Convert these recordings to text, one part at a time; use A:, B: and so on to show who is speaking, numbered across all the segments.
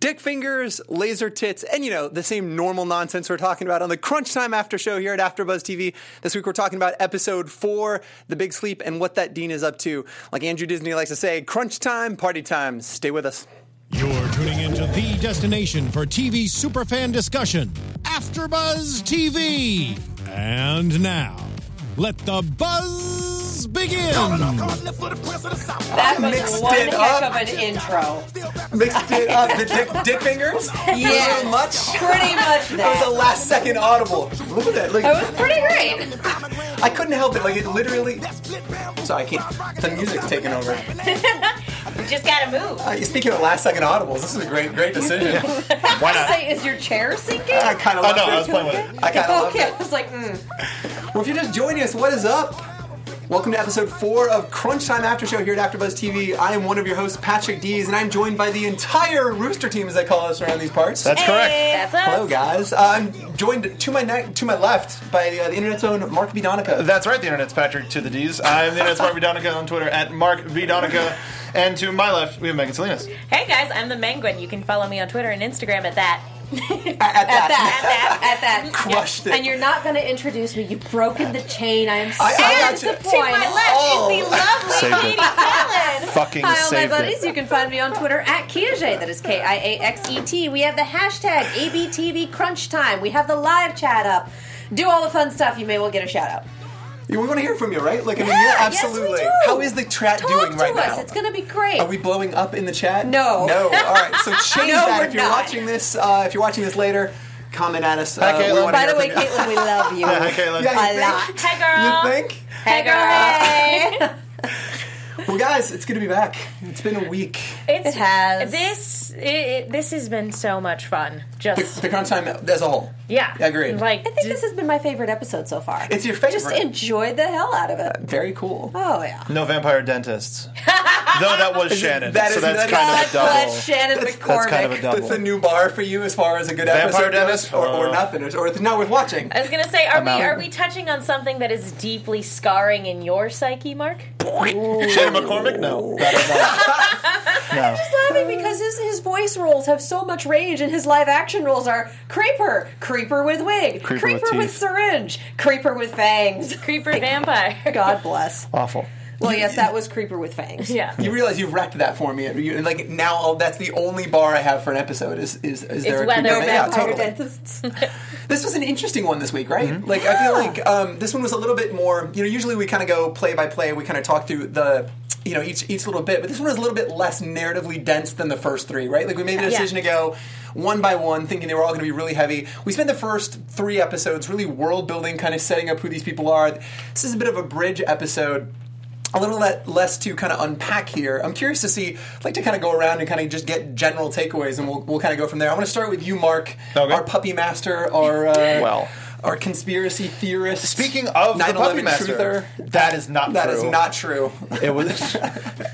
A: Dick fingers, laser tits, and you know, the same normal nonsense we're talking about on the Crunch Time After Show here at AfterBuzz TV. This week we're talking about episode four, The Big Sleep, and what that Dean is up to. Like Andrew Disney likes to say, crunch time, party time. Stay with us.
B: You're tuning into the destination for TV superfan discussion, AfterBuzz TV. And now, let the buzz begin.
C: That was
A: Mixed
C: one
A: it
C: heck
A: up.
C: of an intro.
A: Mixed it up, the dick, dick fingers?
C: Yeah.
A: So much?
C: Pretty much
A: That was a
C: that.
A: last second audible. Look at that. Like,
C: That was pretty great.
A: I couldn't help it. Like, it literally. Sorry, I can't. The music's taking over.
C: You just gotta move.
A: Uh, speaking of last second audibles, this is a great, great decision.
D: Why
C: I
D: not?
C: say, is your chair sinking?
A: I kind of
D: Oh
A: love
D: no, I
A: it.
D: was playing with it.
A: I kind of love
C: Okay,
A: it.
C: I was like, mm.
A: Well, if you're just joining us, what is up? Welcome to episode four of Crunch Time After Show here at AfterBuzz TV. I am one of your hosts, Patrick Dees, and I'm joined by the entire Rooster team, as they call us around these parts.
D: That's correct.
C: that's us.
A: Hello, guys. Uh, I'm joined to my ne- to my left by uh, the internet's own Mark B. Donica.
D: That's right. The internet's Patrick to the D's. I'm the internet's Mark B. Donica on Twitter at Mark B. Donica. And to my left, we have Megan Salinas.
E: Hey guys, I'm the Menguin. You can follow me on Twitter and Instagram at that.
A: at, at that,
C: that.
E: At
C: At
E: that.
C: that.
A: crushed it.
C: And you're not gonna introduce me. You've broken the chain. I am so
A: I- I got you.
C: disappointed.
E: To my left is
A: Oh.
E: the lovely
D: Saved it.
E: Katie Fallon.
D: Fucking
C: Hi, all my
D: saved
C: buddies.
D: it.
C: You can find me on Twitter at Kiaxet. That is K I A X E T. We have the hashtag ABTV Crunch Time. We have the live chat up. Do all the fun stuff. You may well get a shout out.
A: We want to hear from you, right? Like, I mean,
C: Yeah,
A: you're
C: yes, we
A: absolutely.
C: do.
A: How is the chat
C: Talk
A: doing
C: to
A: right
C: us.
A: now?
C: It's gonna be great.
A: Are we blowing up in the chat?
C: No.
A: No. All right. So change
C: No,
A: that
C: we're
A: if you're
C: not.
A: watching this. Uh, if you're watching this later, comment at us.
D: Hi,
A: Uh, we
D: Caitlin.
A: wanna
C: Oh, By
A: hear
C: the way,
A: from you.
C: Caitlin, we love you.
D: Hi, Caitlin.
A: Yeah,
C: A
A: you think?
C: lot.
E: Hey
A: You think?
E: girl. Hey girl.
C: Hey.
A: Well, guys, it's good to be back. It's been a week.
E: It's,
C: It has.
E: This it, it, this has been so much fun.
A: The,
E: Just
A: the crunch time as a whole.
E: yeah.
A: Agreed.
E: Like
C: I think this has been my favorite episode so far.
A: It's your favorite.
C: Just enjoyed the hell out of it.
A: Very cool.
C: Oh yeah.
D: No vampire dentists. Though that was Shannon.
A: that
D: so
A: is- that
D: that's kind of
A: is-
D: a double.
C: But Shannon
A: That's-
C: McCormick.
D: That's kind of a
A: That's the
D: double.
A: new bar for you as far as a good
D: Vampire
A: episode
D: Dennis?
A: goes, or, or
D: Uh,
A: nothing, or, or not worth watching.
E: I was gonna say, are we
D: out.
E: are we touching on something that is deeply scarring in your psyche, Mark?
D: Shannon McCormick? No. That is not. no.
C: laughing because his, his voice roles have so much rage, and his live action roles are creeper, creeper with wig,
D: Creeper with teeth.
C: syringe, creeper with fangs.
E: Creeper vampire.
C: God bless.
D: Awful.
C: Well, yes, that was creeper with fangs.
E: Yeah.
A: You realize you've wrecked that for me. and You, and like now, I'll, that's the only bar I have for an episode. Is is, is there a
E: whether
A: creeper- yeah,
E: vampire
A: totally.
C: dentists.
A: This was an interesting one this week, right? Like I feel like um, this one was a little bit more. You know, usually we kind of go play by play. We kind of talk through the you know each each little bit, but this one was a little bit less narratively dense than the first three, right? Like we made a
E: Yeah.
A: decision to go one by one, thinking they were all going to be really heavy. We spent the first three episodes really world building, kind of setting up who these people are. This is a bit of a bridge episode. A little le- less to kind of unpack here. I'm curious to see. I'd like to kind of go around and kind of just get general takeaways, and we'll, we'll kind of go from there. I want to start with you, Mark,
D: Okay.
A: our puppy master, our uh,
D: Well.
A: our conspiracy theorist.
D: Speaking of the
A: 9/11
D: puppy master,
A: truther,
D: that is not
A: that
D: true.
A: is not true.
D: It was.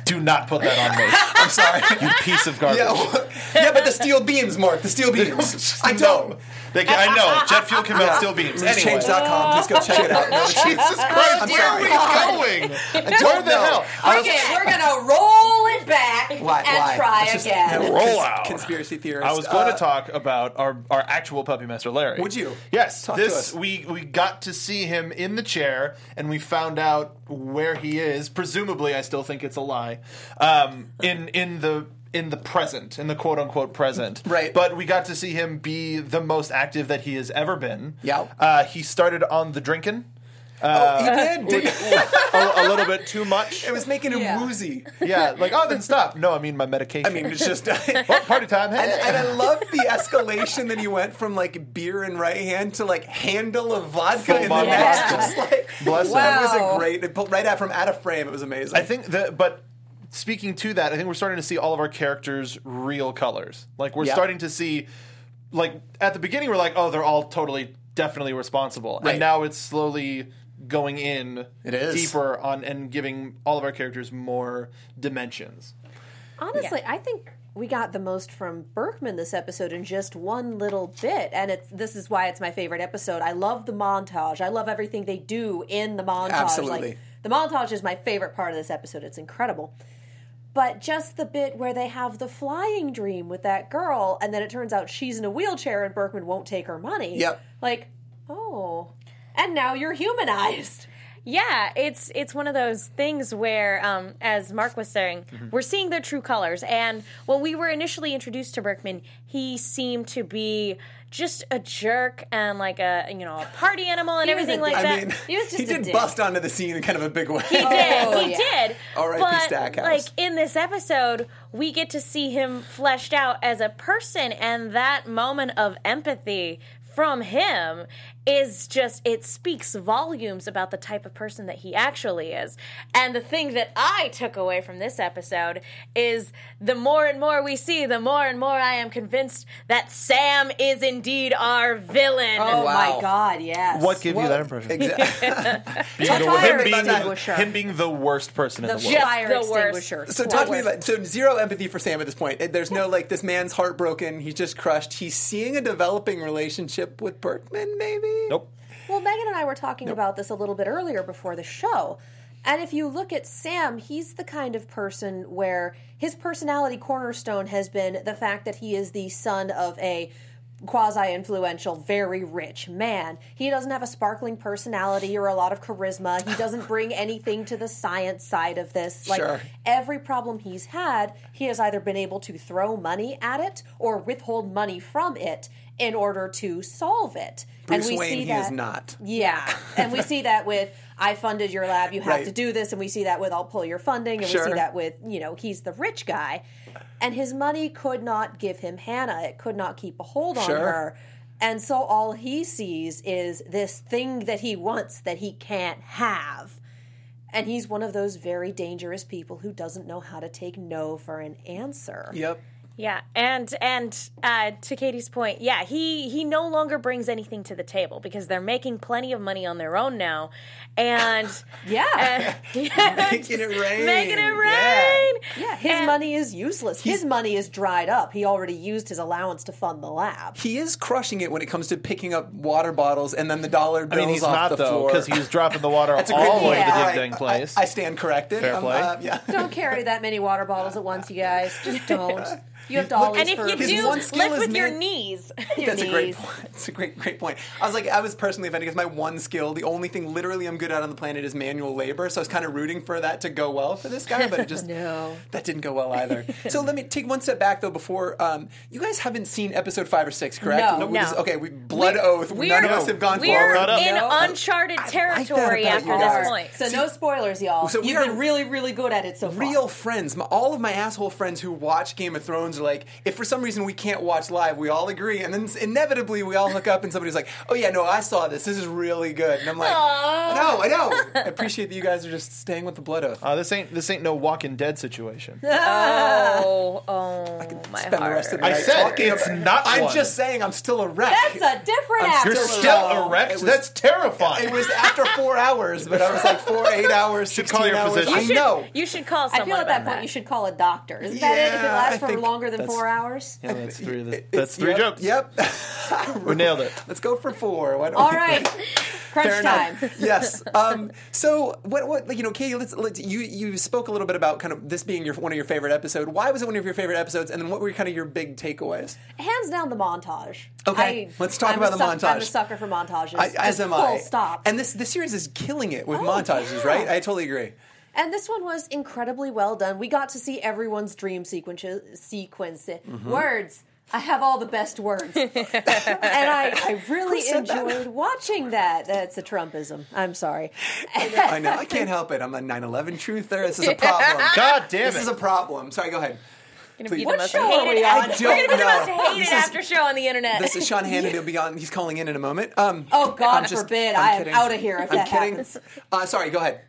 D: do not put that
A: I'm sorry.
D: on me. You piece of garbage.
A: yeah, well, yeah, but the steel beams, Mark. The steel beams. I don't.
D: They can, I know. Jet fuel can melt steel beams. Anyway.
A: Change.com. Please go check it out. No,
D: Jesus Christ,
A: I'm
D: where
A: sorry.
D: are we going? Where
A: don't
D: the
A: know.
D: hell? I was,
C: Okay, we're gonna roll it back
A: Why?
C: and
A: why?
C: try
A: It's just-
C: again.
A: no,
D: Roll
A: cons-
D: out.
A: Conspiracy theorist.
D: I was going
A: Uh,
D: to talk about our, our actual puppy master Larry.
A: Would you?
D: Yes.
A: Talk to
D: this
A: us.
D: we we got to see him in the chair, and we found out where he is. Presumably, I still think it's a lie. Um, in in the in the present, in the quote unquote present,
A: Right.
D: But we got to see him be the most active that he has ever been.
A: Yep.
D: Uh, he started on the drinking
A: Oh, you did. didn't you?
D: a, a little bit too much.
A: It was making him
C: Yeah.
A: woozy.
D: Yeah, like oh, then stop. No, I mean my medication.
A: I mean, it's just.
D: Oh, party time. Hey.
A: And, and I love the escalation that he went from like beer in right hand to like handle of vodka
D: Full
A: in the
D: bottle
A: next.
C: vodka.
A: Just like
D: Bless him.
A: that was
C: Wow.
A: a great. It pulled right out from out of frame. It was amazing.
D: I think that, but speaking to that, I think we're starting to see all of our characters' real colors. Like we're
A: Yeah.
D: starting to see, like at the beginning, we're like, oh, they're all totally, definitely responsible,
A: Right.
D: and now it's slowly going in
A: It is.
D: deeper on and giving all of our characters more dimensions.
C: Honestly, I think we got the most from Berkman this episode in just one little bit, and it's this is why it's my favorite episode. I love the montage. I love everything they do in the montage.
A: Absolutely.
C: Like, the montage is my favorite part of this episode. It's incredible. But just the bit where they have the flying dream with that girl, and then it turns out she's in a wheelchair and Berkman won't take her money.
A: Yep.
C: Like, oh. And now you're humanized.
E: Yeah, it's it's one of those things where, um, as Mark was saying, we're seeing their true colors. And when we were initially introduced to Berkman, he seemed to be just a jerk and like a you know a party animal and
C: He was
E: everything
C: a
E: like
C: dick.
A: I
E: that.
A: mean,
C: He was just
A: he
C: a
A: did
C: dick.
A: bust onto the scene in kind of a big way.
E: He did.
C: Oh,
E: he
C: yeah.
E: did.
A: R.I.P.
E: But,
A: Stackhouse.
E: Like in this episode, we get to see him fleshed out as a person, and that moment of empathy from him is just it speaks volumes about the type of person that he actually is. And the thing that I took away from this episode is the more and more we see, the more and more I am convinced that Sam is indeed our villain.
C: Oh
A: Wow.
C: my God, yes.
F: What gave you
A: Well,
F: that impression?
A: Exactly.
D: Being the,
C: fire
D: him, being the,
C: extinguisher.
D: him being the worst person in
C: the
D: the world.
C: fire
E: the worst.
C: extinguisher.
A: So talk to me about so zero empathy for Sam at this point. There's no like this man's heartbroken. He's just crushed. He's seeing a developing relationship with Berkman, maybe.
F: Nope.
C: Well, Megan and I were talking about this a little bit earlier before the show. And if you look at Sam, he's the kind of person where his personality cornerstone has been the fact that he is the son of a quasi influential, very rich man. He doesn't have a sparkling personality or a lot of charisma. He doesn't bring anything to the science side of this. Like
A: Sure.
C: every problem he's had, he has either been able to throw money at it or withhold money from it in order to solve it.
A: Bruce
C: and we
A: Wayne,
C: see
A: he
C: that,
A: is not.
C: Yeah, and we see that with I funded your lab, you have
A: Right.
C: to do this, and we see that with I'll pull your funding, and we
A: Sure.
C: see that with you know he's the rich guy, and his money could not give him Hannah. It could not keep a hold on
A: Sure.
C: her. And so all he sees is this thing that he wants that he can't have. And he's one of those very dangerous people who doesn't know how to take no for an answer.
A: Yep.
E: Yeah, and and uh, to Katie's point, yeah, he he no longer brings anything to the table because they're making plenty of money on their own now, and
C: Yeah.
A: Making it rain.
E: making it
A: Yeah.
E: rain.
C: Yeah, his
E: And-
C: money is useless. His money is dried up. He already used his allowance to fund the lab.
A: He is crushing it when it comes to picking up water bottles and then the dollar
F: I
A: bills
F: mean, he's
A: off
F: not
A: the
F: though,
A: floor.
F: because he was dropping the water
A: That's a great
F: all
A: point.
F: over the
A: All
F: damn
A: right.
F: thing place.
A: I, I stand corrected.
F: Fair
A: Um,
F: play.
A: uh, yeah.
C: Don't carry that many water bottles at once, you guys. Just don't. You have dollars
E: And if
C: for
E: you
A: His
E: do,
A: one
E: lift
A: skill is
E: with your
A: man-
E: knees.
A: That's a great
C: knees.
A: point. That's a great, great point. I was like, I was personally offended because my one skill, the only thing literally I'm good at on the planet is manual labor. So I was kind of rooting for that to go well for this guy, but it just
C: No.
A: that didn't go well either. so let me take one step back though. Before um, you guys haven't seen episode five or six, correct?
C: No.
A: We just-
E: No.
A: okay, we blood oath. None of us have gone
E: we're
A: forward.
E: in
C: No.
E: uncharted territory
A: about
E: after
A: you guys.
E: this
C: Are.
E: point.
C: So no spoilers, y'all.
A: So we
C: You've been
A: are-
C: really, really good at it so far.
A: Real friends, my, all of my asshole friends who watch Game of Thrones are like, if for some reason we can't watch live, we all agree, and then s- inevitably we all hook up and somebody's like, oh yeah, no, I saw this. This is really good, and I'm like, no, I know. I appreciate that you guys are just staying with the blood oath.
D: Uh, this ain't this ain't no Walking Dead situation.
C: Uh,
E: Oh, oh, my
A: Spend the rest
E: heart.
A: of the
D: I
A: night
D: said
A: talking
D: it's
A: about-
D: not.
A: I'm
D: one.
A: just saying, I'm still a wreck.
C: That's a different
A: I'm
D: You're
C: actor.
A: still
D: still
A: wrong.
D: erect.
A: It was-
D: That's terrifying.
A: It was after four hours, but I was like four, eight hours,
D: Should
A: sixteen
D: call your
A: hours.
D: physician.
A: I
D: You
E: should-
A: know.
E: You should call
C: I
E: someone
C: feel at
E: about
C: that point you should call a doctor. Isn't that it? If it
A: Yeah, I
C: lasts for
A: think
C: longer than four hours?
F: Yeah, that's three. of the-
A: It's-
F: That's three
A: yep,
F: jokes.
A: Yep.
F: We nailed it.
A: Let's go for four. Why don't
C: All
A: we-
C: right. Crunch time.
A: yes. Um, so what? What? like, You know, Katie, let's, let's. You you spoke a little bit about kind of this being your one of your favorite episode. Why was it one of your favorite episodes? And then what were kind of your big takeaways?
C: Hands down the montage.
A: Okay,
C: I-
A: let's talk
C: I'm
A: about the
C: a suck- I'm a
A: montage.
C: sucker for montages.
A: I, as
C: Just
A: am
C: full
A: I.
C: stop.
A: And this the series is killing it with
C: Oh,
A: montages,
C: yeah.
A: right? I totally agree.
C: And this one was incredibly well done. We got to see everyone's dream sequences, sequence
A: Mm-hmm.
C: words. I have all the best words, and I, I really
A: said that?
C: enjoyed watching that. That's a Trumpism. I'm sorry.
A: I know. I can't help it. I'm a 9/11 truther. This is a problem.
D: God damn it!
A: This is a problem. Sorry. Go ahead.
E: Gonna be
A: What
E: the most
C: show are we
E: hated
A: I
C: on?
E: after- We're
A: don't
E: gonna be the most
A: know. This
E: hated
A: is-
E: after show on the internet.
A: This is Sean Hannity. He'll be on. He's calling in in a moment. Um,
C: Oh God
A: I'm just-
C: forbid!
A: I'm
C: I am
A: kidding.
C: out of here if
A: I'm
C: that
A: kidding.
C: happens.
A: Uh, sorry. Go ahead.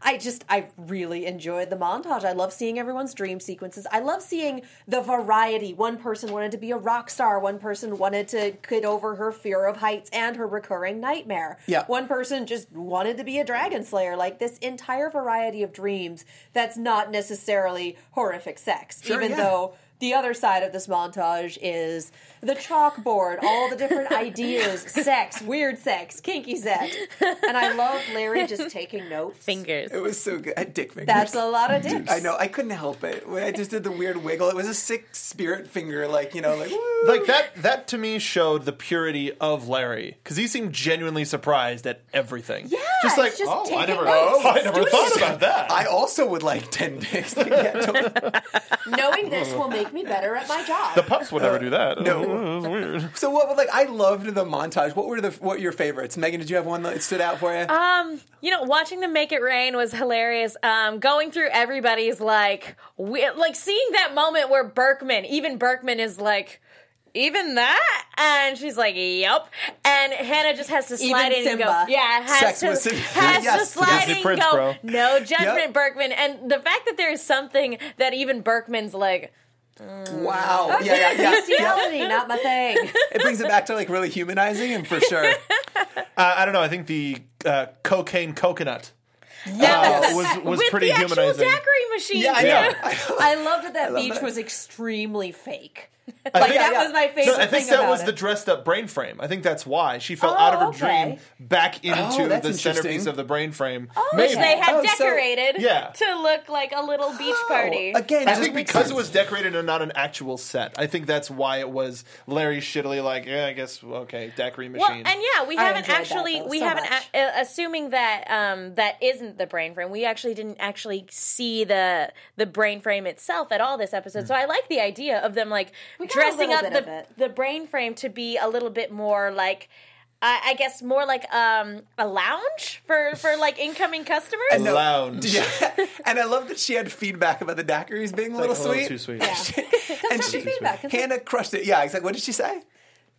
C: I just I really enjoyed the montage. I love seeing everyone's dream sequences. I love seeing the variety. One person wanted to be a rock star. One person wanted to get over her fear of heights and her recurring nightmare.
A: Yeah.
C: One person just wanted to be a dragon slayer. Like this entire variety of dreams. That's not necessarily horrific sex,
A: Sure,
C: even
A: yeah.
C: though the other side of this montage is the chalkboard, all the different ideas, sex, weird sex, kinky sex. And I love Larry just taking notes.
E: Fingers.
A: It was so good. I had dick fingers.
C: That's a lot of dicks.
A: I know. I couldn't help it. When I just did the weird wiggle. It was a sick spirit finger, like you know, like woo.
D: Like that that to me showed the purity of Larry cuz he seemed genuinely surprised at everything. Yeah. Just
C: it's
D: like,
C: just
D: "Oh, I
C: taking
D: never
C: notes.
D: oh, I never thought about that."
A: I also would like ten dicks. Like, yeah, totally.
C: Knowing this will make me better at my job.
D: the pups would never do that.
A: no.
D: That's weird.
A: So what? Like I loved the montage. What were the what were your favorites? Megan, did you have one that stood out for you?
C: Um,
E: Um, You know, watching them make it rain was hilarious. Um, going through everybody's like, we- like seeing that moment where Berkman, even Berkman is like, even that, and she's like, "Yep." And Hannah just has to slide
C: Even
E: in and go,
C: Simba.
E: "Yeah." Has
A: Sex
E: to
A: with Simba.
E: has to
A: Yes.
E: slide
D: Disney
E: in
D: Prince,
E: and go,
D: bro.
E: "No judgment,
A: Yep.
E: Berkman." And the fact that there is something that even Berkman's like,
A: wow. Yeah, yeah, yeah.
C: Bestiality, not my thing.
A: It brings it back to like really humanizing him for sure.
D: Uh, I don't know. I think the uh, cocaine coconut
E: "That
D: uh, was was
E: with
D: pretty
E: the actual
D: humanizing.
E: daiquiri machine."
A: Yeah, I know.
D: Yeah.
A: I know.
C: I loved that that beach
A: that.
C: was extremely fake.
D: I
C: Like
D: think-
C: that
A: yeah.
C: was my
D: No,
C: favorite
D: I think
C: thing
D: that
C: about
D: was
C: it.
D: the dressed up brain frame. I think that's why she fell
C: Oh,
D: out of her
C: okay.
D: dream back into
A: Oh, that's
D: the
A: interesting.
D: centerpiece of the brain frame.
E: Which they had
A: Oh, so-
E: decorated
D: Yeah.
E: to look like a little beach party.
A: Oh, again,
D: I
A: just
D: think
A: makes
D: because
A: sense.
D: it was decorated and not an actual set, I think that's why it was Larry shittily like, yeah, I guess okay, daiquiri
E: Well,
D: machine.
E: and yeah, we
C: I
E: haven't
C: enjoyed that,
E: actually
C: though,
E: we
C: so
E: haven't
C: much.
E: a- uh, assuming that um that isn't the brain frame. We actually didn't actually see the the brain frame itself at all this episode. So I like the idea of them like
C: got a
E: dressing up
C: little bit of
E: the
C: it.
E: the brain frame to be a little bit more like I, I guess more like um a lounge for for like incoming customers.
A: And no-
D: Lounge.
A: Yeah. and I love that she had feedback about the daiquiris being a little
D: a
A: sweet.
D: little too sweet.
A: and
C: Constructive feedback. It's like,
A: Hannah crushed it. Yeah, exactly. What did she say?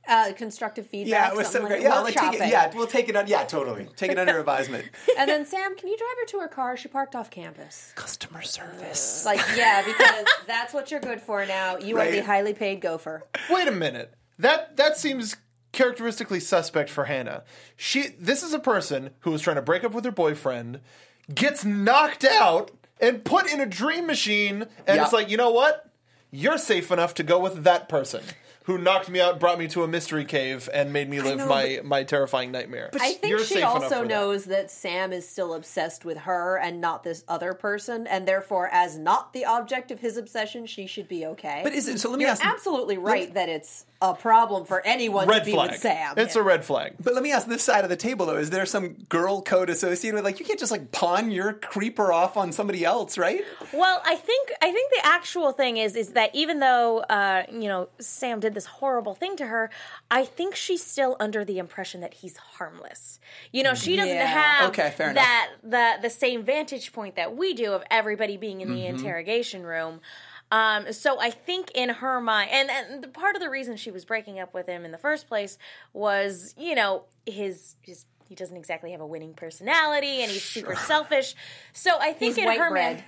C: uh, constructive feedback.
A: Yeah, it was so
C: something
A: great.
C: like,
A: Yeah,
C: "We're
A: like take it,
C: chopping."
A: yeah, we'll take it on. Yeah, totally. Take it under advisement.
C: And then Sam, can you drive her to her car? She parked off campus.
A: Customer service.
C: It's like, yeah, because that's what you're good for now. You are the
A: Right.
C: highly paid gopher.
D: Wait a minute. That that seems characteristically suspect for Hannah. She this is a person who was trying to break up with her boyfriend, gets knocked out and put in a dream machine, and
A: Yeah.
D: it's like, you know what? You're safe enough to go with that person who knocked me out, brought me to a mystery cave, and made me live
A: know,
D: my, my terrifying nightmare.
C: I think
D: You're
C: she
D: safe enough
C: also
D: for that.
C: knows that. Sam is still obsessed with her and not this other person, and therefore, as not the object of his obsession, she should be okay.
A: But is it? So let me
C: you're
A: ask.
C: absolutely right that it's a problem for anyone
D: Red
C: to be
D: flag.
C: with Sam.
D: It's a red flag.
A: But let me ask this side of the table though: Is there some girl code associated with like you can't just like pawn your creeper off on somebody else, right?
E: Well, I think I think the actual thing is is that even though uh, you know Sam did this horrible thing to her, I think she's still under the impression that he's harmless. You know, she doesn't
C: Yeah.
E: have
A: Okay, fair enough.
E: that the the same vantage point that we do of everybody being in the
C: Mm-hmm.
E: interrogation room. Um, so I think in her mind, and, and the part of the reason she was breaking up with him in the first place was, you know, his his he doesn't exactly have a winning personality, and he's super selfish. So I think
C: He's
E: in
C: white
E: her
C: bread.
E: mind,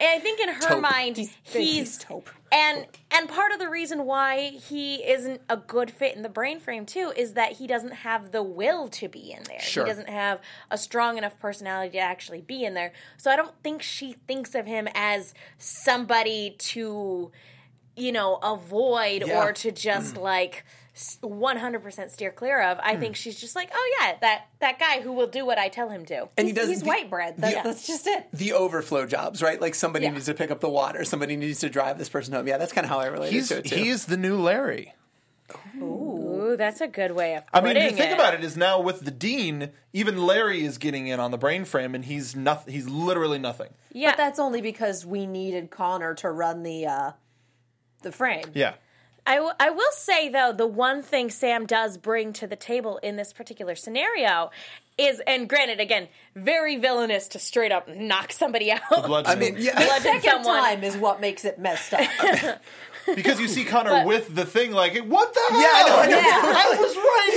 E: and I think in her mind, he's,
C: he's taupe.
E: and and part of the reason why he isn't a good fit in the brain frame too is that he doesn't have the will to be in there.
A: Sure.
E: He doesn't have a strong enough personality to actually be in there. So I don't think she thinks of him as somebody to you know avoid
A: Yeah. Mm.
E: or to just like s- 100% steer clear of. I think she's just like, "Oh yeah, that that guy who will do what I tell him to."
A: And
C: he's, he's
A: the-
C: white bread. That,
A: Yeah.
C: That's just it.
A: The overflow jobs, right? Like somebody
E: Yeah.
A: needs to pick up the water, somebody needs to drive this person home. Yeah, that's kind of how I related
D: He's
A: to it too.
D: he's the new Larry.
E: Ooh, that's a good way of
D: I
E: putting
D: mean, you think
E: it.
D: about it. Is now with the dean, even Larry is getting in on the brain frame, and he's nothing. He's literally nothing.
E: Yeah.
C: But that's only because we needed Connor to run the uh, the frame.
D: Yeah,
E: I, w- I will say though the one thing sam does bring to the table in this particular scenario is and granted again very villainous to straight up knock somebody out
A: I mean, yeah,
E: bludgeon
C: Second
E: someone
C: time is what makes it messed up.
D: because you see Connor with the thing, like what the hell?
A: yeah, I know, I know.
D: I was right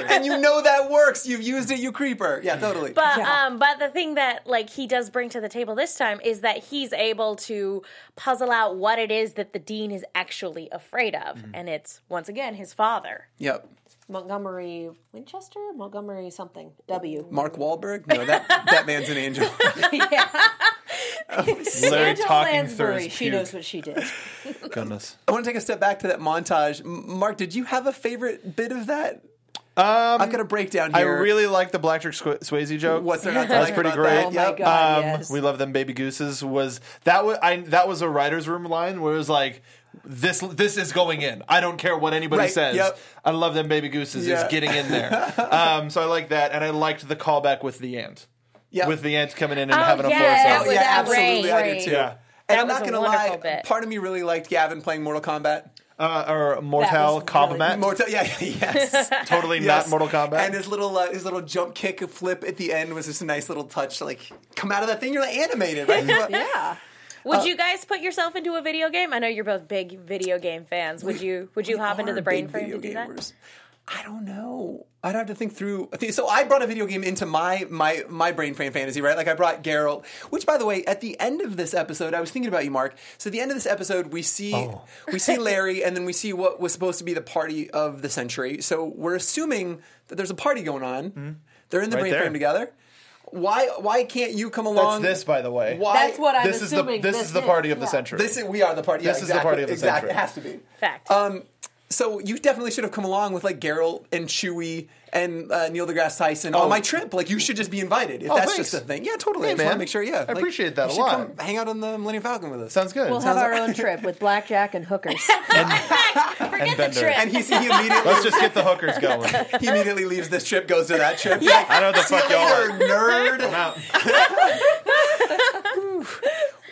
D: here.
A: and you know that works. You've used it, you creeper. Yeah, totally.
E: but
C: Yeah.
E: um but the thing that like he does bring to the table this time is that he's able to puzzle out what it is that the dean is actually afraid of
A: Mm-hmm.
E: and it's once again his father
A: yep.
C: Montgomery Winchester, Montgomery something W.
A: Mark Wahlberg? No, that that man's an angel.
C: yeah.
D: Larry
C: Angela
D: talking
C: Lansbury,
D: through his
C: she
D: puke.
C: knows what she did.
D: Goodness.
A: I want to take a step back to that montage. M- Mark, did you have a favorite bit of that? Um, I've got a breakdown
D: I
A: here.
D: really like the Blackjack Squ- Swayze joke.
A: What's there not to
D: That's
A: like
D: pretty
A: about
D: great.
A: that?
C: Oh my
A: Yep.
C: god,
D: Um,
C: yes.
D: We love them baby gooses. Was that was I? That was a writer's room line where it was like, this this is going in. I don't care what anybody
A: Right,
D: says.
A: yep.
D: I love them baby gooses
A: Yeah.
D: is getting in there. um, so I like that, and I liked the callback with the ant.
A: Yep.
D: With the ant coming in and
E: Oh,
D: having
E: yeah,
D: a
E: that
D: floor
A: Oh,
E: was
A: yeah,
E: great.
A: absolutely. I did too.
D: Yeah.
A: And
E: That
A: I'm
E: was
A: not
E: a
A: going to
E: wonderful
A: lie,
E: bit.
A: part of me really liked Gavin playing Mortal Kombat.
D: uh, or
C: That
D: Mortal
C: was
D: Kombat.
C: really-
A: Mortal, yeah, yes.
D: totally
A: Yes.
D: not Mortal Kombat.
A: And his little uh, his little jump kick flip at the end was just a nice little touch. Like, come out of that thing, you're like animated, right?
C: yeah.
A: Uh,
E: Would you guys put yourself into a video game? I know you're both big video game fans. Would you would you
A: We
E: hop into
A: are
E: the brain
A: big
E: frame to
A: video
E: do that?
A: gamers. I don't know. I'd have to think through. I think- So I brought a video game into my my my brain frame fantasy, right? Like I brought Geralt, which, by the way, at the end of this episode, I was thinking about you, Mark. So at the end of this episode, we see
D: Oh.
A: we see Larry, and then we see what was supposed to be the party of the century. So we're assuming that there's a party going on. They're in the
D: Mm-hmm. Right
A: brain
D: there.
A: frame together. Why why can't you come
D: That's
A: along?
D: this, by the way.
A: Why?
C: That's what I'm
D: this is the
C: assuming.
D: this, is the party of the
C: yeah.
D: century.
A: This is, we are the party. yeah,
D: This is the
A: exactly,
D: party of the
A: exactly.
D: century.
A: It has to be.
E: Fact.
A: Um, so you definitely should have come along with like Geralt and Chewie and uh, Neil deGrasse Tyson on my trip. Like you should just be invited if that's
D: Oh. thanks.
A: just a thing. Yeah, totally.
D: Hey,
A: I just want
D: man.
A: to make sure. Yeah,
D: I appreciate that
A: you
D: a
A: should
D: lot.
A: Come hang out on the Millennium Falcon with us.
D: Sounds good.
C: We'll have our own trip with blackjack and hookers.
E: Forget the
D: Bender.
E: trip.
A: and he, he immediately
D: Let's just get the hookers going.
A: he immediately leaves this trip, goes to that trip.
D: I don't know what the fuck y'all are.
A: You're a nerd.
D: I'm out.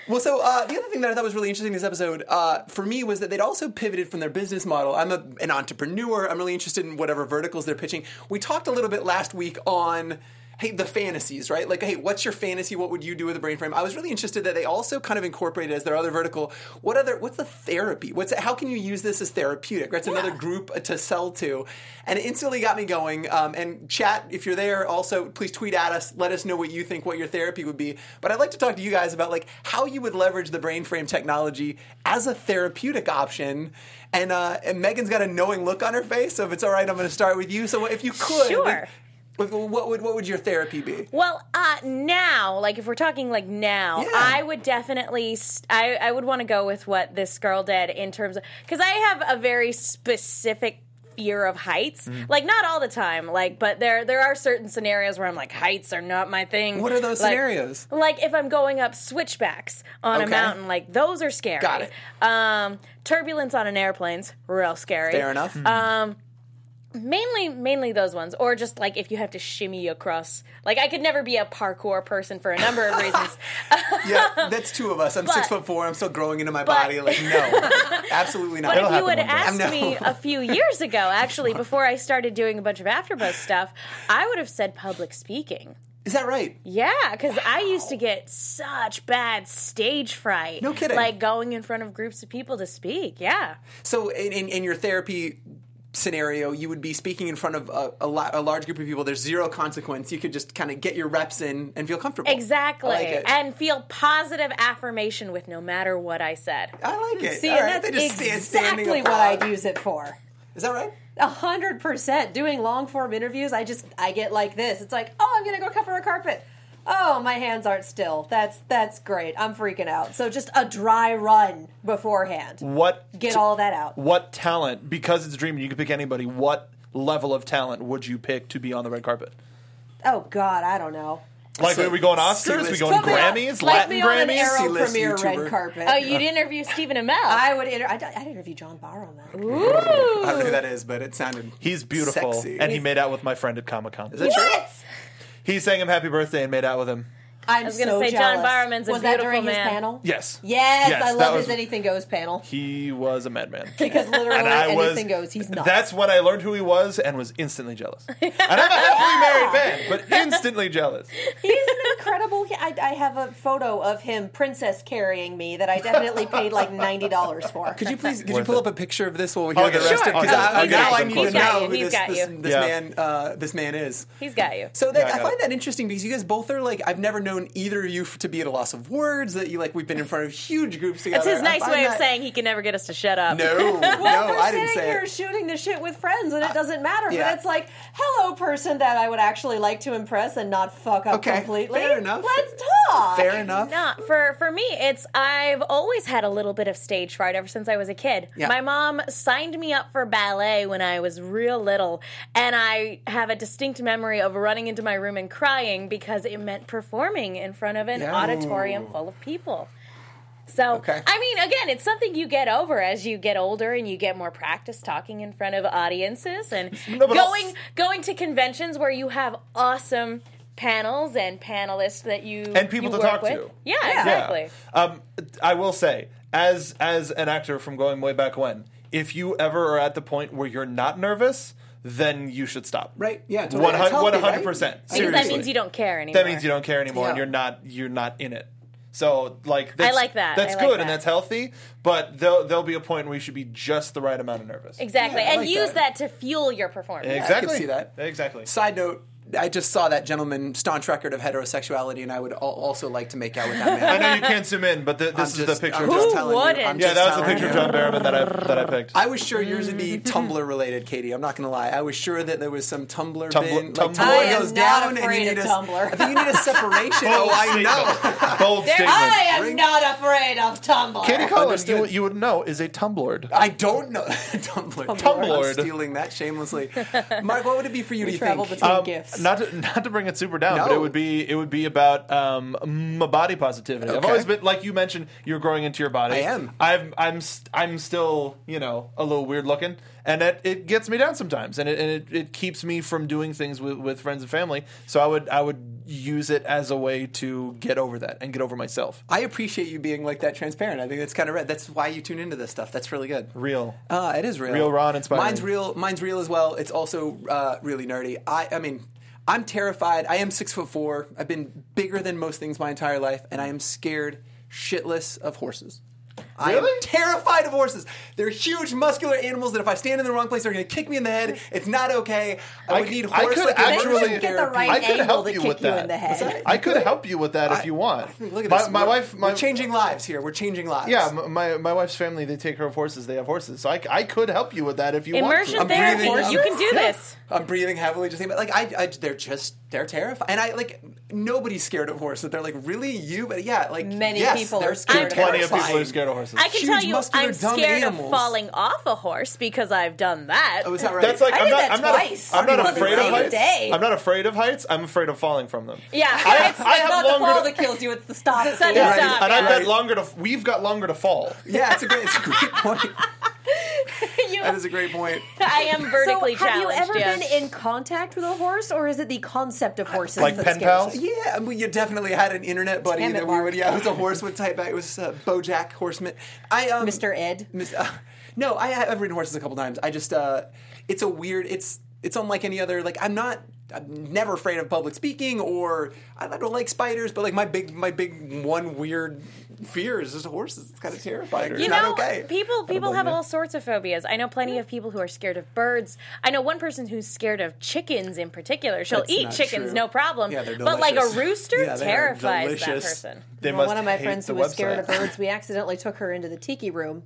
A: Well, so uh, the other thing that I thought was really interesting in this episode uh, for me was that they'd also pivoted from their business model. I'm a, an entrepreneur. I'm really interested in whatever verticals they're pitching. We talked a little bit last week on. Hey, the fantasies, right? Like, hey, what's your fantasy? What would you do with a brain frame? I was really interested that they also kind of incorporated as their other vertical. What other? What's the therapy? What's how can you use this as therapeutic? That's another group uh, to sell to, and it instantly got me going. Um, and chat, if you're there, also please tweet at us. Let us know what you think, what your therapy would be. But I'd like to talk to you guys about like how you would leverage the brain frame technology as a therapeutic option. And, uh, and Megan's got a knowing look on her face, so if it's all right, I'm going to start with you. So if you could,
E: Sure.
A: like, what would what would your therapy be?
E: Well, uh, now, like if we're talking like now,
A: Yeah.
E: I would definitely, st- I, I would want to go with what this girl did in terms of, because I have a very specific fear of heights.
A: Mm-hmm.
E: Like not all the time, like, but there there are certain scenarios where I'm like, heights are not my thing.
A: What are those
E: Like-
A: scenarios?
E: Like if I'm going up switchbacks on a
A: Okay.
E: mountain, like those are scary.
A: Got it.
E: Um, turbulence on an airplane's real scary.
A: Fair enough.
E: Um, Mainly, mainly those ones, or just like if you have to shimmy across. Like I could never be a parkour person for a number of reasons.
A: yeah, that's two of us. I'm six
E: But-
A: foot four. I'm still growing into my body. Like, no, absolutely not.
E: But if you
D: one
E: would
D: day.
E: asked
A: I know.
E: me a few years ago, actually, before I started doing a bunch of AfterBuzz stuff, I would have said public speaking.
A: Is that right?
E: Yeah, because I used to get such bad stage fright.
A: No kidding.
E: Like going in front of groups of people to speak. Yeah.
A: So, in, in, in your therapy scenario, you would be speaking in front of a, a, la- a large group of people. There's zero consequence. You could just kind of get your reps in and feel comfortable.
E: Exactly.
A: I like it.
E: and feel positive affirmation with no matter what I said.
A: I like it.
C: See,
A: All
C: and
A: right,
C: that's
A: they just stand standing
C: exactly what I'd
A: applaud.
C: use it for.
A: Is that right?
C: A hundred percent. Doing long form interviews, I just I get like this. It's like, oh, I'm gonna go cover a carpet. Oh, my hands aren't still. That's that's great. I'm freaking out. So just a dry run beforehand.
D: What
C: Get all that out.
D: What talent? Because it's a dream, you can pick anybody. What level of talent would you pick to be on the red carpet?
C: Oh God, I don't know.
D: Like,
A: So-
D: are we going Oscars?
A: Seriously.
D: we going
A: Put me on-
D: Grammys?
C: Like
D: Latin
C: me on an
D: Grammys?
C: Arrow
A: C-list
C: premiere
A: YouTuber.
C: red carpet.
E: Oh, you'd interview Stephen Amell.
C: I would. Inter- I, d- I did interview John Barrow, man.
E: Ooh.
A: I don't know who that is, but it sounded.
D: He's beautiful,
A: Sexy.
D: and he made out with my friend at Comic Con.
A: Is that true?
D: He sang him "Happy Birthday" and made out with him.
C: I'm
E: was gonna
C: so
E: say John
C: jealous.
E: Barrowman's a
C: was that
E: beautiful
C: during his
E: man.
C: panel?
D: Yes.
C: Yes,
D: Yes,
C: I
D: that
C: love his
D: was-
C: anything goes panel
D: He was a madman.
C: because literally
D: And I was.
C: anything goes. He's nuts.
D: That's when I learned who he was and was instantly jealous. And I'm a happily married man, but instantly jealous.
C: He's an incredible. I, I have a photo of him princess carrying me that I definitely paid like ninety dollars for.
A: Could you please could you
D: Worth
A: pull up
D: it.
A: a picture of this while we hear
D: I'll
A: the
D: get it.
A: rest
D: Sure.
A: of
D: I'll get it.
A: I,
D: I'll get it.
A: now I
D: I'll
A: need
D: get
A: to
D: it.
A: know
E: He's
A: who this,
E: got you.
A: this,
E: He's got
A: this
D: you.
A: man uh, this man is.
E: He's got you.
A: So that,
D: Yeah, I
A: I,
D: got
A: find
D: it.
A: that interesting because you guys both are like I've never known known either of you f- to be at a loss of words. That you like, we've been in front of huge groups together.
E: That's his nice
A: I'm
E: way of
A: not-
E: saying he can never get us to shut up.
A: No, no,
C: Well, we're
A: I
C: sitting
A: didn't say.
C: here
A: it. Uh,
C: shooting the shit with friends, and it doesn't matter.
A: yeah.
C: But it's like, hello, person that I would actually like to impress and not fuck up
A: Okay,
C: completely.
A: fair enough.
C: Let's talk.
A: Fair enough.
E: Not for for me. It's I've always had a little bit of stage fright ever since I was a kid.
A: Yeah.
E: My mom signed me up for ballet when I was real little, and I have a distinct memory of running into my room and crying because it meant performing in front of an
A: Yeah.
E: auditorium full of people. So
A: Okay.
E: I mean, again, it's something you get over as you get older and you get more practice talking in front of audiences and
D: but
E: going
D: I'll s-
E: going to conventions where you have awesome panels and panelists that you
D: And people
E: you
D: to
E: work
D: talk
E: with.
D: to.
E: Yeah, exactly.
D: Um, I will say, as as an actor from going way back when, if you ever are at the point where you're not nervous, then you should stop.
A: Right, yeah, totally.
D: One
A: That's healthy,
D: hundred
A: right?
D: percent.
A: Because
E: Because
D: Seriously,
E: that means you don't care anymore.
D: That means you don't care anymore, and
A: Yeah.
D: you're not you're not in it. So like, that's,
E: like that.
D: That's
E: I like
D: good and
E: that.
D: that's healthy. But there'll there'll be a point where you should be just the right amount of nervous.
E: Exactly,
A: Yeah, I
E: and
A: like
E: use
A: that.
E: that. to fuel your performance.
D: Exactly.
A: I could see that.
D: Exactly.
A: Side note: I just saw that gentleman staunch record of heterosexuality, and I would al- also like to make out with that man.
D: I know you can't zoom in, but th-
A: I'm
D: this is
A: just-
D: the picture.
A: I'm
D: of
A: just
E: Who
A: telling you,
E: wouldn't?
A: I'm just
D: yeah, that was the
A: telling
D: picture of
A: you.
D: John Barrowman that I that I picked.
A: I was sure yours would
C: Mm.
A: be Tumblr related, Katie. I'm not gonna lie. I was sure that there was some Tumblr.
D: Tumblr-
A: bin.
D: Tumblr.
A: Like, Tumblr
D: I am
A: goes
C: not
A: down, and
C: afraid
A: you need
C: of
A: a,
C: Tumblr.
A: I think you need a separation. oh, I know.
D: know. Bold statement.
C: I am not afraid of Tumblr.
D: Katie Collins, you,
A: Understood.
D: you would know, is a Tumblr.
A: I don't know Tumblr.
D: Tumblr.
A: I'm stealing that shamelessly. Mark, what would it be for you? do you
C: travel
A: think? Um,
C: between gifts.
D: Um, Not to, not to bring it super down, but
A: No.
D: it would be it would be about um m- body positivity. I've
A: Okay.
D: always been like you mentioned, you're growing into your body.
A: I am.
D: I've, I'm st- I'm still you know a little weird looking, and it, it gets me down sometimes, and it, and it, it keeps me from doing things with, with friends and family. So I would I would use it as a way to get over that and get over myself.
A: I appreciate you being like that transparent. I think that's kind of red. That's why you tune into this stuff. That's really good.
D: Real.
A: Uh, it is real.
D: Real, raw, and inspiring.
A: Mine's real. Mine's real as well. It's also uh, really nerdy. I, I mean, I'm terrified. I am six foot four. I've been bigger than most things my entire life, and I am scared shitless of horses. I am
D: Really?
A: terrified of horses. They're huge, muscular animals that if I stand in the wrong place, they're going to kick me in the head. It's not okay. I,
D: I
A: would
D: c-
A: need
D: I
A: horse
D: could
A: like
C: Then you
D: actually-
C: should get the right
D: I could
C: angle
D: help
C: to
D: you
C: kick
D: with
C: you in
D: that.
C: the head.
D: I could help you with that if you want.
A: Look at
D: my,
A: this.
D: My
A: We're-
D: wife, my
A: we're changing lives here. We're changing lives.
D: Yeah, m- my my wife's family they take care of horses. They have horses, so I, I could help you with that if you
E: Immersion
A: I'm
D: want. to.
E: therapy.
A: breathing.
E: You
A: I'm-
E: can do this.
A: I'm breathing heavily. Just thinking about, like I, I, they're just they're terrified, and I like nobody's scared of horses. They're like, really, you? But yeah, like
C: Many
A: yes,
C: people
A: they're
C: are
A: scared.
C: scared of
D: Plenty of people are
A: terrifying.
D: scared of horses.
E: I can
A: Huge,
E: tell you,
A: muscular,
E: I'm
A: dumb
E: scared
A: animals.
E: of falling off a horse because I've done that.
A: Oh, is that right?
D: That's like
C: I
D: I'm
C: did
D: not
C: that
D: I'm not,
C: twice.
D: I'm not
A: Everybody
D: afraid
A: does
D: of
A: it every
D: heights.
C: day.
D: I'm not afraid of heights. I'm afraid of falling from them.
E: Yeah,
D: I, I
C: It's
D: have
C: not the fall
D: longer.
C: that
D: To,
C: kills you; it's the stop.
E: The
C: that
E: sudden
C: kills
E: stop.
C: you.
E: Yeah.
D: and I've
A: Right.
D: got longer to. We've got longer to fall.
A: Yeah, it's a great, it's a great point.
E: You-
A: That is a great point.
E: I am
C: So,
E: vertically
C: have you
E: challenged.
C: ever
E: yeah.
C: been in contact with a horse, or is it the concept of horses
D: Like
C: that
D: pen
C: scares
D: pals?
C: you?
A: Yeah, I mean, you definitely had an internet buddy
C: Damn it,
A: that we
C: Mark.
A: would. Yeah, it was a horse would type back. It was uh, BoJack Horseman. I um,
C: Mr. Ed?
A: Mis- uh, no, I, I've ridden horses a couple times. I just uh, it's a weird. It's it's unlike any other. Like I'm not. I'm never afraid of public speaking, or I I don't like spiders. But like my big, my big one weird fear is just horses. It's kind of terrifying. It's
E: You
A: not
E: know,
A: okay.
E: people people
A: blame
E: have
A: you.
E: all sorts of phobias. I know plenty of people who are scared of birds. I know one person who's scared of chickens in particular. She'll
A: That's
E: eat
A: not
E: chickens,
A: true.
E: no problem.
A: Yeah, they're
E: but like a
A: delicious.
E: rooster
A: Yeah, they are
E: terrifies that
A: delicious.
E: person.
D: They
C: Well,
D: must
C: one of my
D: hate
C: friends
D: the
C: who was
D: website.
C: scared of birds, we accidentally took her into the tiki room.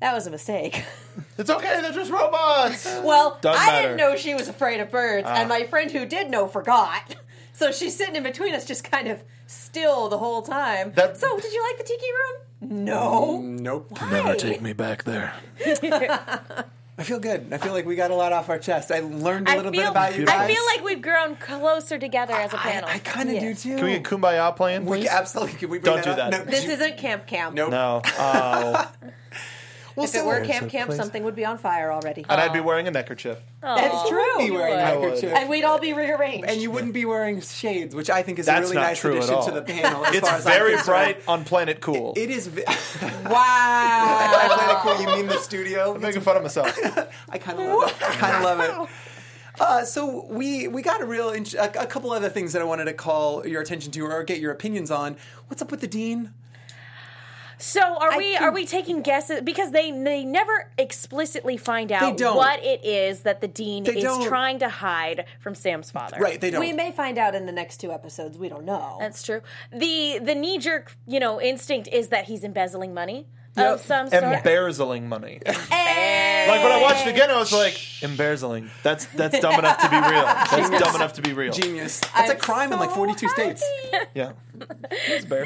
C: That was a mistake.
D: It's okay. They're just robots.
C: Well,
D: Doesn't
C: I didn't
D: matter. Ah.
C: know she was afraid of birds, and my friend who did know forgot. So she's sitting in between us, just kind of still the whole time.
D: That- Mm,
C: so, did you like the tiki room? No.
A: Nope.
C: Never
D: me back there.
A: I feel good. I feel like we got a lot off our chest. I learned a
E: I
A: little
E: feel
A: bit about you guys.
E: I feel like we've grown closer together as a panel.
A: I, kind of do
C: Yes.
A: too.
D: Can we get Kumbaya playing?
A: Oh. We
D: Please?
A: absolutely. Can we bring
D: Don't
A: that
D: do
A: up?
D: that.
A: No,
C: This
A: you-
C: isn't camp camp.
A: Nope.
D: No. Oh.
A: Well,
C: If it
A: so-
C: were
D: a
C: camp camp,
D: place-
C: something would be on fire already.
D: and I'd be wearing a neckerchief.
C: That's true.
A: be wearing
E: I would.
A: handkerchief.
C: and we'd all be rearranged.
A: and you wouldn't be wearing shades, which I think is a
D: That's
A: really
D: not
A: nice
D: true at
A: addition
D: all.
A: to the panel. As
D: It's
A: far as I'm
D: very
A: concerned.
D: bright on Planet Cool.
A: It is. Vi-
C: wow.
A: Planet Cool, you mean the studio?
D: I'm making fun of myself.
A: I kind of love it. I kind of love it. Uh, so we we got a real int- a, a couple other things that I wanted to call your attention to or get your opinions on. What's up with the dean?
E: So are
C: I
E: we
C: can-
E: are we taking guesses because they they never explicitly find out
A: don't.
E: what it is that the dean
A: They
E: is
A: don't.
E: trying to hide from Sam's father.
A: Right, they don't.
C: We may find out in the next two episodes. We don't know.
E: That's true. The the knee jerk, you know, instinct is that he's embezzling money
A: Yep.
E: of some sort.
D: Embezzling money.
C: Hey!
D: Like when I watched it again, I was like, embezzling. That's that's dumb enough to be real. That's dumb enough to be real.
A: Genius. That's a
C: I'm
A: crime in like 42 states.
D: Yeah.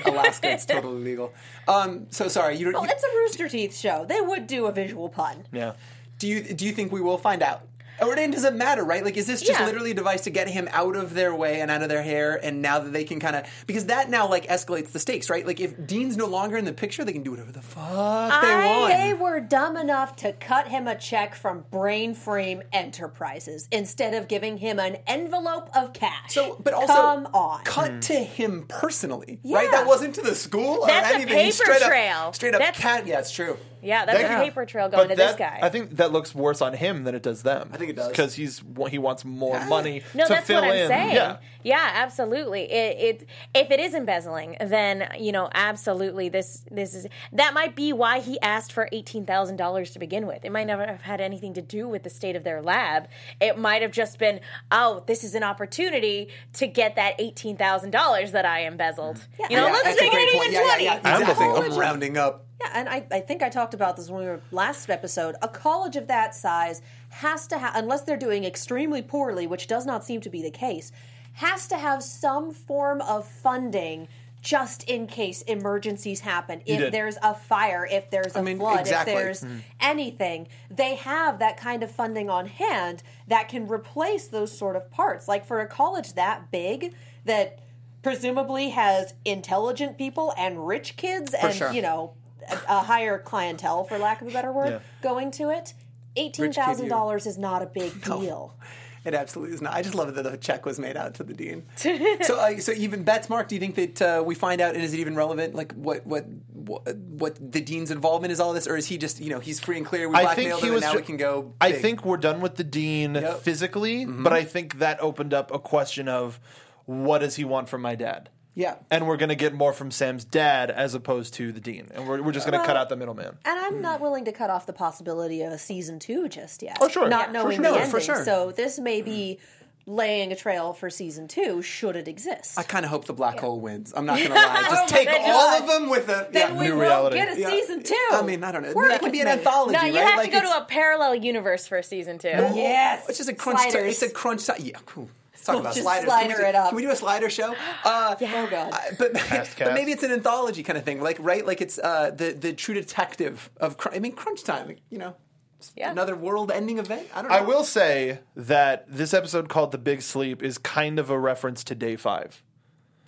A: Alaska, it's totally legal. Um, so sorry, you don't.
C: Well,
A: You,
C: it's a Rooster Teeth show. They would do a visual pun.
D: Yeah.
A: do you do you think we will find out? Or it doesn't matter, right? Like, is this just
E: Yeah.
A: literally a device to get him out of their way and out of their hair? And now that they can kind of, because that now like escalates the stakes, right? Like, if Dean's no longer in the picture, they can do whatever the fuck they want.
C: They were dumb enough to cut him a check from Brainframe Enterprises instead of giving him an envelope of cash.
A: So, but also,
C: come on.
A: cut to him personally, right?
C: Yeah.
A: That wasn't to the school
E: That's
A: or
E: a
A: anything. He
E: paper
A: straight
E: trail.
A: Up, straight up,
E: That's-
A: cat. Yeah, it's true.
E: Yeah, that's
D: That-
E: a paper trail going
D: But
E: to
D: that,
E: this guy.
D: I think that looks worse on him than it does them. I
A: think it does.
D: because he's he wants more money
E: no,
D: to
E: that's
D: fill
E: what I'm
D: in.
E: saying.
D: Yeah,
E: Yeah, absolutely. It, it if it is embezzling, then you know absolutely this this is that might be why he asked for eighteen thousand dollars to begin with. It might never have had anything to do with the state of their lab. It might have just been oh, this is an opportunity to get that eighteen thousand dollars that I embezzled. You know,
C: Yeah,
E: let's
A: that's a
E: make
A: great
E: it
A: point.
E: even
A: Yeah, yeah,
E: twenty.
A: yeah, exactly.
D: the
A: I'm rounding up.
C: Yeah, and I, I think I talked about this when we were last episode. A college of that size has to have, unless they're doing extremely poorly, which does not seem to be the case, has to have some form of funding just in case emergencies happen. If
D: did.
C: there's a fire, if there's a
A: mean,
C: flood,
A: exactly. Hmm.
C: if there's anything, they have that kind of funding on hand that can replace those sort of parts. Like for a college that big, that presumably has intelligent people and rich kids and
A: sure.
C: you know a, a higher clientele for lack of a better word
D: Yeah.
C: going to it
A: you.
C: $18000 is not a big deal
A: It absolutely is not. I just love that the check was made out to the dean. so, uh, so even bets mark. Do you think that uh, we find out, and is it even relevant? Like what, what, what, what the dean's involvement is all this, or is he just you know he's free and clear? We
D: I think
A: blackmailed
D: he
A: him, and
D: was.
A: now
D: ju-
A: we can go.
D: I
A: big.
D: think we're done with the dean
A: Yep. Mm-hmm.
D: physically, but I think that opened up a question of what does he want from my dad.
A: Yeah.
D: and we're gonna get more from Sam's dad as opposed to the dean, and we're, we're just gonna cut out the middleman.
C: and i'm not willing to cut off the possibility of a season two just yet
D: Oh, sure. Yeah,
C: not
D: for
C: knowing the
D: sure.
A: No, for
C: ending
A: sure.
C: so this may be laying a trail for season two should it exist
A: I kind of hope the black hole wins. I'm not going to lie. Just
C: my
A: take
C: God.
A: all of them with a
C: then
A: yeah.
C: we
D: new
C: won't
D: reality.
C: get a
A: Yeah.
C: season two
A: I mean, I don't know.
C: Work
A: That could
C: with
A: be an
C: me.
A: anthology,
E: No, you
A: right?
E: have
A: like
E: to go to
A: it's-
E: a parallel universe for season two.
C: yes
A: It's just a crunch. ti- it's
C: Sliders.
A: a crunch. ti- yeah, cool. Let's talk about
C: Just
A: sliders.
C: slider
A: can, we do,
C: it up.
A: can we do a slider show? Uh,
C: oh god
A: I- but, but
D: cast.
A: maybe it's an anthology kind of thing, like right, like it's uh, the the true detective of crunch. I mean, crunch time, you know,
E: Yeah.
A: another world-ending event. I don't. know.
D: I will say that this episode called "The Big Sleep" is kind of a reference to Day Five.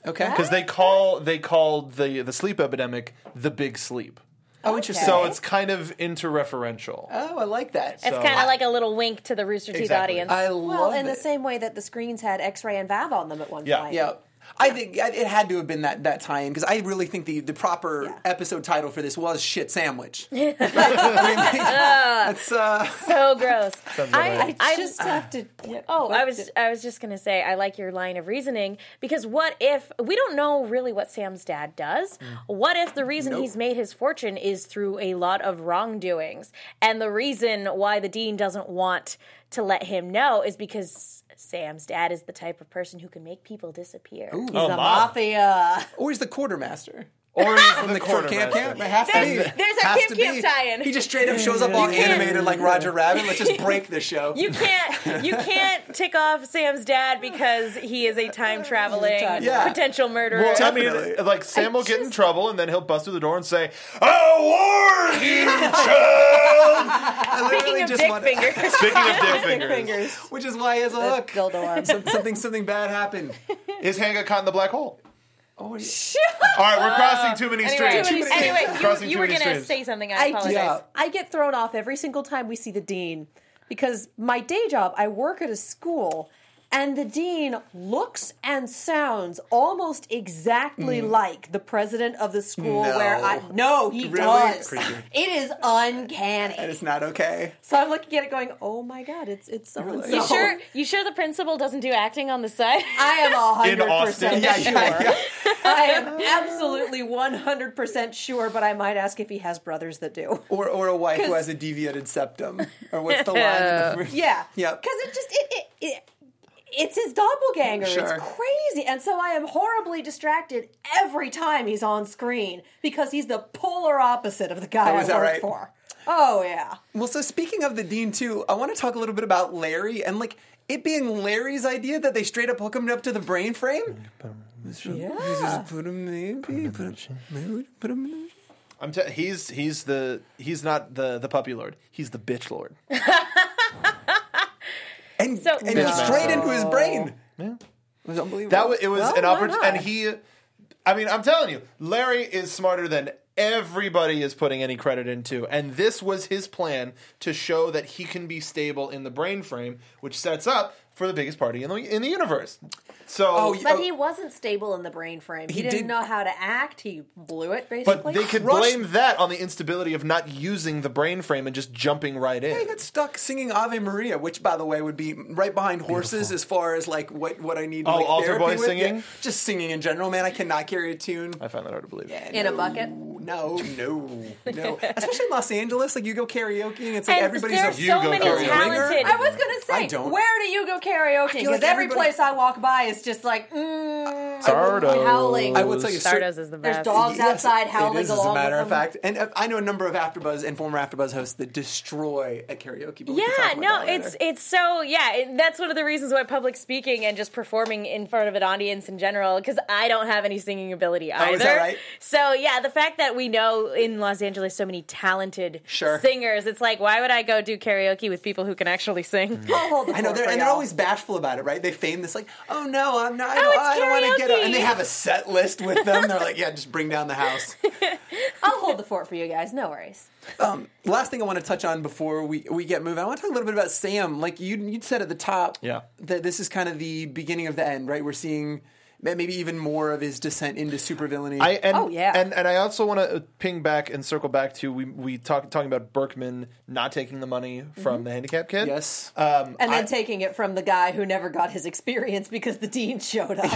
A: Okay.
D: because they call they called the the sleep epidemic the big sleep.
A: oh, interesting.
D: So it's kind of interreferential.
A: oh, I like that.
E: It's
D: So-
E: kind of like a little wink to the Rooster Teeth
D: Exactly.
E: audience.
A: I
C: well
A: love
C: in
A: it.
C: the same way that the screens had x-ray and vav on them at one
D: Yeah.
C: point
A: Yeah. I think I- it had to have been that, that tie-in because I really think the, the proper
C: Yeah.
A: episode title for this was "Shit Sandwich." Right? I mean, that's uh,
E: so gross.
C: I,
E: I, I
C: just have to.
E: Oh, I was I was just gonna say I like your line of reasoning because what if we don't know really what Sam's dad does? What if the reason he's made his fortune is through a lot of wrongdoings, and the reason why the dean doesn't want to let him know is because Sam's dad is the type of person who can make people disappear.
C: He's a mafia.
A: always the quartermaster.
D: Or he's
A: From the, camp camp, it
D: quartermaster.
A: has to
E: There's-
A: be.
E: there's a
A: Has
E: Camp
A: to
E: Camp
A: be.
E: tie-in.
A: He just straight up shows up all
E: can't-
A: animated like Roger Rabbit. Let's just break the show.
E: You can't you can't tick off Sam's dad because he is a time traveling
A: Yeah.
E: potential murderer.
D: Well, I
A: Definitely.
D: mean, uh, like Sam will get in trouble, and then he'll bust through the door and say, "I warn you, child."
A: I literally
E: Speaking of
A: just
E: dick
A: wanna-
E: fingers.
D: Speaking of dick fingers,
A: Which is why he has a hook.
C: dildo arm.
A: Some- something something bad happened.
D: his hand got caught in the black hole.
A: Oh, yeah.
D: All right, we're crossing too many
E: Anyway,
D: streams.
E: anyway, you,
D: Crossing
E: you
D: too
E: were
D: many
E: gonna
D: streams.
E: say something. I
C: I
E: apologize.
A: Yeah.
C: I get thrown off every single time we see the dean because my day job, I work at a school, And the dean looks and sounds almost exactly like the president of the school
A: Mm. No.
C: where I. No, he
A: Really?
C: does.
A: Creepy.
C: It is uncanny.
A: and it's not okay.
C: so I'm looking at it going, oh my god, it's it's so and
E: You
A: No.
E: sure? You sure the principal doesn't do acting on the side?
C: I am
D: In Austin.
C: 100%
A: Yeah,
C: sure.
A: yeah, yeah.
C: I am absolutely 100% sure, but I might ask if he has brothers that do.
A: Or, or a wife who has a deviated septum. Or what's the line? in the-
C: Yeah.
A: Yep.
C: Because it just, it, it, it, it's his doppelganger.
A: Sure.
C: It's crazy. And so I am horribly distracted every time he's on screen because he's the polar opposite of the guy
A: Oh,
C: I
A: is
C: work
A: that right?
C: for. Oh, yeah.
A: Well, so speaking of the dean too, I want to talk a little bit about Larry and like it being Larry's idea that they straight up hook him up to the brain frame. Just put him maybe put him, maybe put him in.
D: I'm t- he's he's the he's not the the puppy lord. He's the bitch lord.
A: and
E: So-
A: and
E: Bitch
A: he's
E: man.
A: straight into his brain. Yeah, "Oh." it was unbelievable.
D: That was, it was
A: Well,
D: an
A: why
D: opportunity,
A: not?
D: and he. I mean, I'm telling you, Larry is smarter than everybody is putting any credit into, and this was his plan to show that he can be stable in the brain frame, which sets up for the biggest party in the in the universe. So,
A: Oh, yeah.
C: But he wasn't stable in the brain frame. He,
A: He
C: didn't
A: did-
C: know how to act. He blew it, basically.
D: but they could
A: crushed-
D: blame that on the instability of not using the brain frame and just jumping right in.
A: I got stuck singing Ave Maria, which, by the way, would be right behind horses as far as like what what I need.
D: Oh,
A: like,
D: altar
A: therapy
D: boy
A: with.
D: singing?
A: Yeah, just singing in general, man. I cannot carry a tune.
D: I find that hard to believe.
C: in a bucket.
A: No, no, no. Especially in Los Angeles, like you go karaoke and it's like
E: and
A: everybody's
E: there's
A: a
D: You
E: so
D: go
E: many
D: karaoke.
E: talented.
C: I was gonna say,
A: I don't.
C: where do you go karaoke? Because
A: feel like
C: every
A: everybody-
C: place I walk by is just like, mm,
D: Sardos.
C: howling.
A: I would say
E: Stardust is the
C: There's
E: best.
C: dogs
A: Yes,
C: outside howling
A: It is, as
C: along
A: a matter
C: with
A: of
C: them.
A: fact, and uh, I know a number of AfterBuzz and former AfterBuzz hosts that destroy at karaoke. But we can talk
E: Yeah,
A: about
E: no,
A: that later.
E: it's it's so yeah. It, that's one of the reasons why public speaking and just performing in front of an audience in general, because I don't have any singing ability either.
A: Oh, is that right?
E: So yeah, the fact that we know in Los Angeles so many talented
A: Sure.
E: singers, it's like why would I go do karaoke with people who can actually sing?
C: I'll hold the
A: I know,
C: fort
A: they're,
C: for
A: and they're
C: y'all.
A: always bashful about it, right? They feign this, like, "Oh no, I'm not. I
E: Oh,
A: don't,
E: it's
A: I don't want to get up." And they
E: karaoke.
A: have a set list with them. They're like, "Yeah, just bring down the house."
C: I'll hold the fort for you guys. No worries.
A: Last thing I want to touch on before we, we get moving, I want to talk a little bit about Sam. Like you you said at the top,
D: Yeah.
A: that this is kind of the beginning of the end, right? We're seeing ma- maybe even more of his descent into supervillainy.
D: I and
C: Oh, yeah.
D: and and I also want to ping back and circle back to we we talk talking about Berkman not taking the money from
C: Mm-hmm.
D: the handicap kid.
A: yes,
D: uh,
C: And then taking it from the guy who never got his experience because the dean showed up.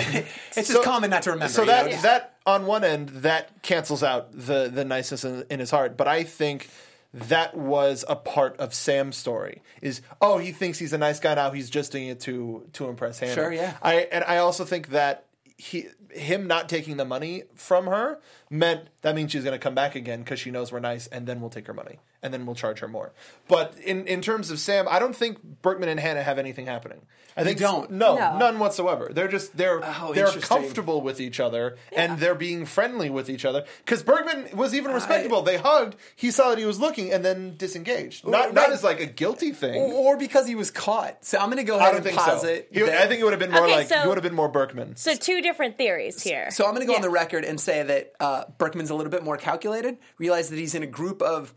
A: it's
D: so-
A: just common not to remember.
D: So
A: you know,
D: that
A: just-
D: that on one end that cancels out the the niceness in, in his heart, but I think that was a part of Sam's story. Is oh he thinks he's a nice guy now. He's just doing it to to impress Hannah.
A: Sure, yeah.
D: I and I also think that he him not taking the money from her meant that means she's going to come back again because she knows we're nice, and then we'll take her money and then we'll charge her more. But in in terms of Sam, I don't think Berkman and Hannah have anything happening. I think
A: don't.
D: No,
C: No.
D: none whatsoever. They're just they're
A: Oh, interesting.
D: they're comfortable comfortable with each other and they're being friendly with each other because Bergman was even respectable. they hugged. He saw that he was looking and then disengaged. Not not
A: right.
D: as like a guilty thing.
A: or because he was caught. So I'm going to go
D: I
A: ahead and
D: don't think so.
A: posit.
D: He-
A: that-
D: I think it would have been more
E: Okay,
D: like
E: so-
D: you would have been more Berkman.
E: So two different theories here.
A: So I'm going to go on
E: Yeah.
A: the record and say that uh, Berkman's a little bit more calculated. Realize that he's in a group of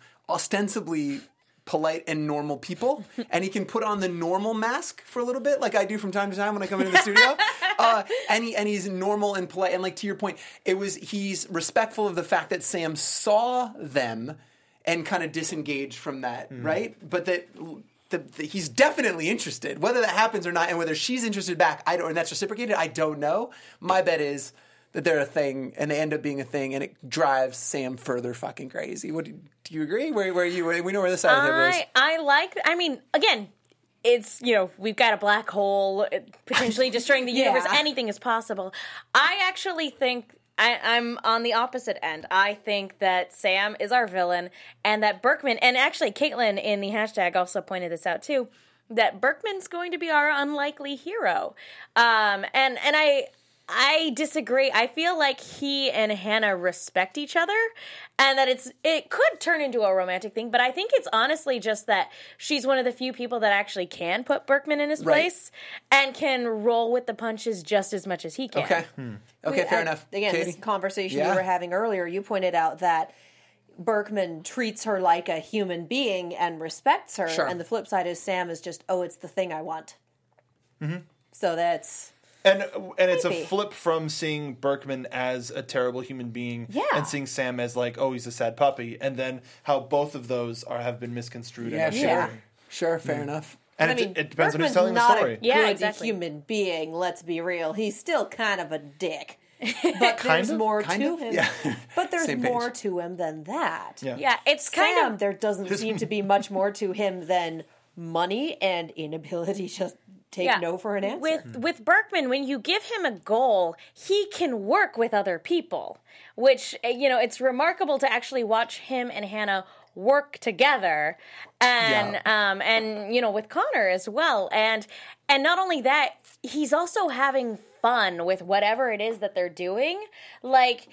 A: ostensibly polite and normal people, and he can put on the normal mask for a little bit, like I do from time to time when I come into the studio. Uh, and he, and he's normal and polite. And like to your point, it was he's respectful of the fact that Sam saw them and kind of disengaged from that, right? But that. The, the, he's definitely interested, whether that happens or not, and whether she's interested back, I don't, and that's reciprocated. I don't know. My bet is that they're a thing and they end up being a thing and it drives Sam further fucking crazy. What do do you agree? Where where you we know where the side of the table is.
E: I I like. I mean, again, it's you know we've got a black hole uh, potentially destroying the universe.
C: Yeah.
E: Anything is possible. I actually think. I, I'm on the opposite end. I think that Sam is our villain, and that Berkman, and actually Caitlin in the hashtag also pointed this out too, that Berkman's going to be our unlikely hero. Um, and and I I disagree. I feel like he and Hannah respect each other and that it's it could turn into a romantic thing, but I think it's honestly just that she's one of the few people that actually can put Berkman in his
A: Right.
E: place and can roll with the punches just as much as he can.
A: Okay. Okay,
C: Wait,
A: fair
C: I-
A: enough.
C: Again,
A: Katie?
C: this conversation
A: Yeah.
C: you were having earlier, you pointed out that Berkman treats her like a human being and respects her,
A: Sure. Mm-hmm.
C: and the flip side is Sam is just, oh, it's the thing I want. So that's
D: And and it's
C: Creepy.
D: a flip from seeing Berkman as a terrible human being
C: Yeah.
D: and seeing Sam as like, oh, he's a sad puppy, and then how both of those are have been misconstrued.
A: Yeah,
D: and
A: sure. Hmm.
C: Yeah.
A: Sure, fair enough.
D: and
C: I
D: it,
C: mean,
D: it depends on who's
C: Bergman's
D: telling the
C: not a
D: story.
E: Yeah,
C: good
E: exactly.
C: human being. Let's be real; he's still kind of a dick. But there's
D: of?
C: more
A: Kind
C: to
A: of?
C: him.
A: Yeah.
C: But there's
A: Same page.
C: more to him than that.
D: Yeah.
E: Yeah, it's kind
C: Sam,
E: of
C: there doesn't seem to be much more to him than money and inability to take no for an answer.
E: With with Berkman, when you give him a goal, he can work with other people, which uh, you know it's remarkable to actually watch him and Hannah work together, and um and you know with Connor as well, and and not only that, he's also having fun with whatever it is that they're doing, like.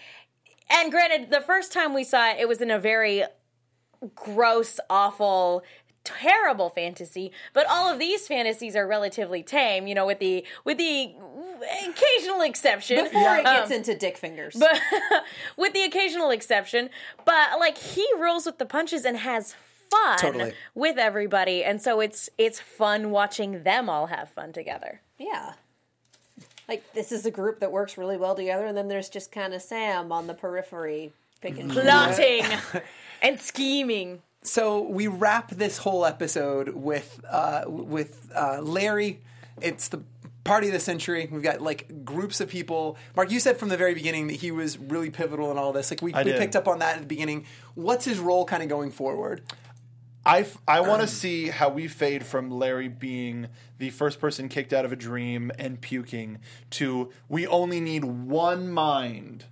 E: And granted, the first time we saw it, it was in a very gross, awful, terrible fantasy. But all of these fantasies are relatively tame, you know, with the with the occasional exception.
C: Before it gets into dick fingers.
E: um, But with the occasional exception, but like he rolls with the punches and has fun
A: Totally.
E: with everybody, and so it's it's fun watching them all have fun together.
C: yeah. Like this is a group that works really well together, and then there's just kind of Sam on the periphery picking.
D: Mm.
E: Plotting and scheming.
A: So we wrap this whole episode with uh, with uh, Larry. It's the party of the century. We've got like groups of people. Mark, you said from the very beginning that he was really pivotal in all this. Like we, we
D: did.
A: picked up on that at the beginning. What's his role kind of going forward?
D: I, f- I want to see how we fade from Larry being the first person kicked out of a dream and puking to we only need one mind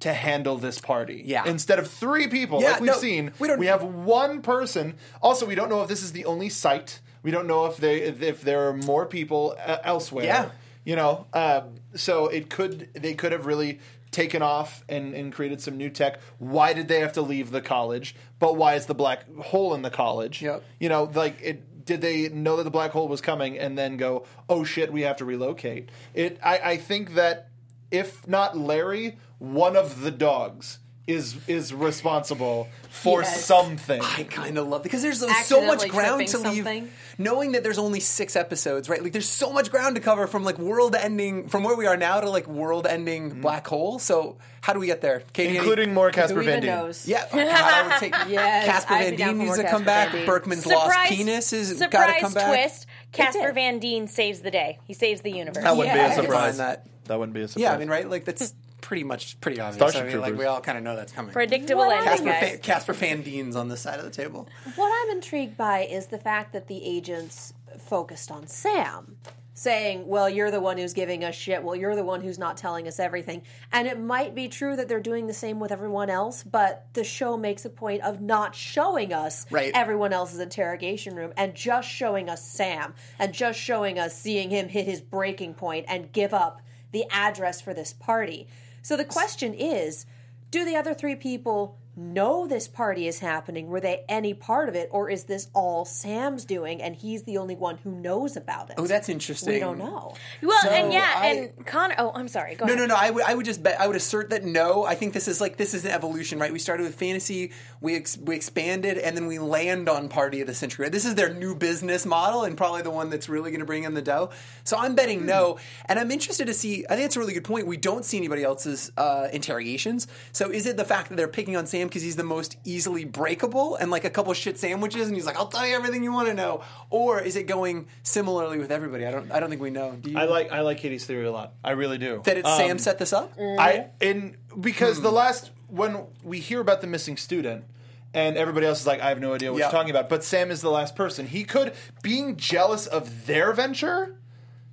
D: to handle this party.
A: Yeah.
D: Instead of three people
A: Yeah,
D: like we've
A: no,
D: seen,
A: we
D: we,
A: don't-
D: have one person. Also, we don't know if this is the only site. We don't know if they if, if there are more people uh, elsewhere.
A: Yeah.
D: You know, um, so it could they could have really taken off and, and created some new tech. Why did they have to leave the college? But why is the black hole in the college?
A: Yep.
D: You know, like it did they know that the black hole was coming and then go, oh shit, we have to relocate. It I, I think that if not Larry, one of the dogs is is responsible for
C: Yes.
D: something.
A: I kind of love because there's so much
C: Accidentally
A: ground to
C: tripping
A: leave.
C: something.
A: Knowing that there's only six episodes, right? Like there's so much ground to cover from like world ending, from where we are now to like world ending black hole. So how do we get there, Katie? any-
D: Mm-hmm. including more Casper
C: Who even
D: Van Dien.
C: knows?
A: Yeah, oh, God, I would take
C: Yes,
A: Casper
C: I'd
A: Van
C: be down
A: Dien
C: for
A: needs
C: more
A: to
C: Casper
A: come back.
C: Van Dien.
A: Berkman's lost penis is got to
E: surprise
A: come back.
E: twist. Casper
C: did.
E: Van Dien saves the day. He saves the universe.
D: That wouldn't
C: Yeah, I
D: be a
C: could
A: find
D: surprise.
A: that.
D: That wouldn't be a surprise.
A: Yeah, I mean, right? Like that's pretty much pretty obvious.
D: Starship
A: I mean, like
D: Troopers.
A: we all kind of know that's coming.
E: Predictable
C: What
E: ending,
A: Casper,
E: guys.
A: Fa- Casper Van Dien's on the side of the table.
C: What I'm intrigued by is the fact that the agents focused on Sam, saying, Well, you're the one who's giving us shit. Well, you're the one who's not telling us everything. And it might be true that they're doing the same with everyone else, but the show makes a point of not showing us
A: Right.
C: everyone else's interrogation room and just showing us Sam and just showing us seeing him hit his breaking point and give up the address for this party. So the question is do the other three people know this party is happening? Were they any part of it, or is this all Sam's doing and he's the only one who knows about it?
A: Oh, that's interesting.
C: we don't know.
E: Well,
A: So
E: and yeah,
A: I-
E: and Connor. Oh, I'm sorry. Go
A: No,
E: ahead.
A: no, no. I would, I would just bet. I would assert that no. I think this is like this is an evolution, right? We started with fantasy, we ex- we expanded, and then we land on Party of the Century. Right? This is their new business model, and probably the one that's really going to bring in the dough. So I'm betting no, and I'm interested to see. I think it's a really good point. We don't see anybody else's uh, interrogations. So is it the fact that they're picking on Sam because he's the most easily breakable and like a couple shit sandwiches, and he's like, "I'll tell you everything you want to know," or is it going similarly with everybody? I don't. I don't think we know. Do you?
D: I like I like Katie's theory a lot. I really do.
A: that it's
D: Um,
A: Sam set this up.
D: I in because
A: Hmm.
D: the last when we hear about the missing student and everybody else is like, I have no idea what
A: Yeah.
D: you're talking about. But Sam is the last person. He could being jealous of their venture.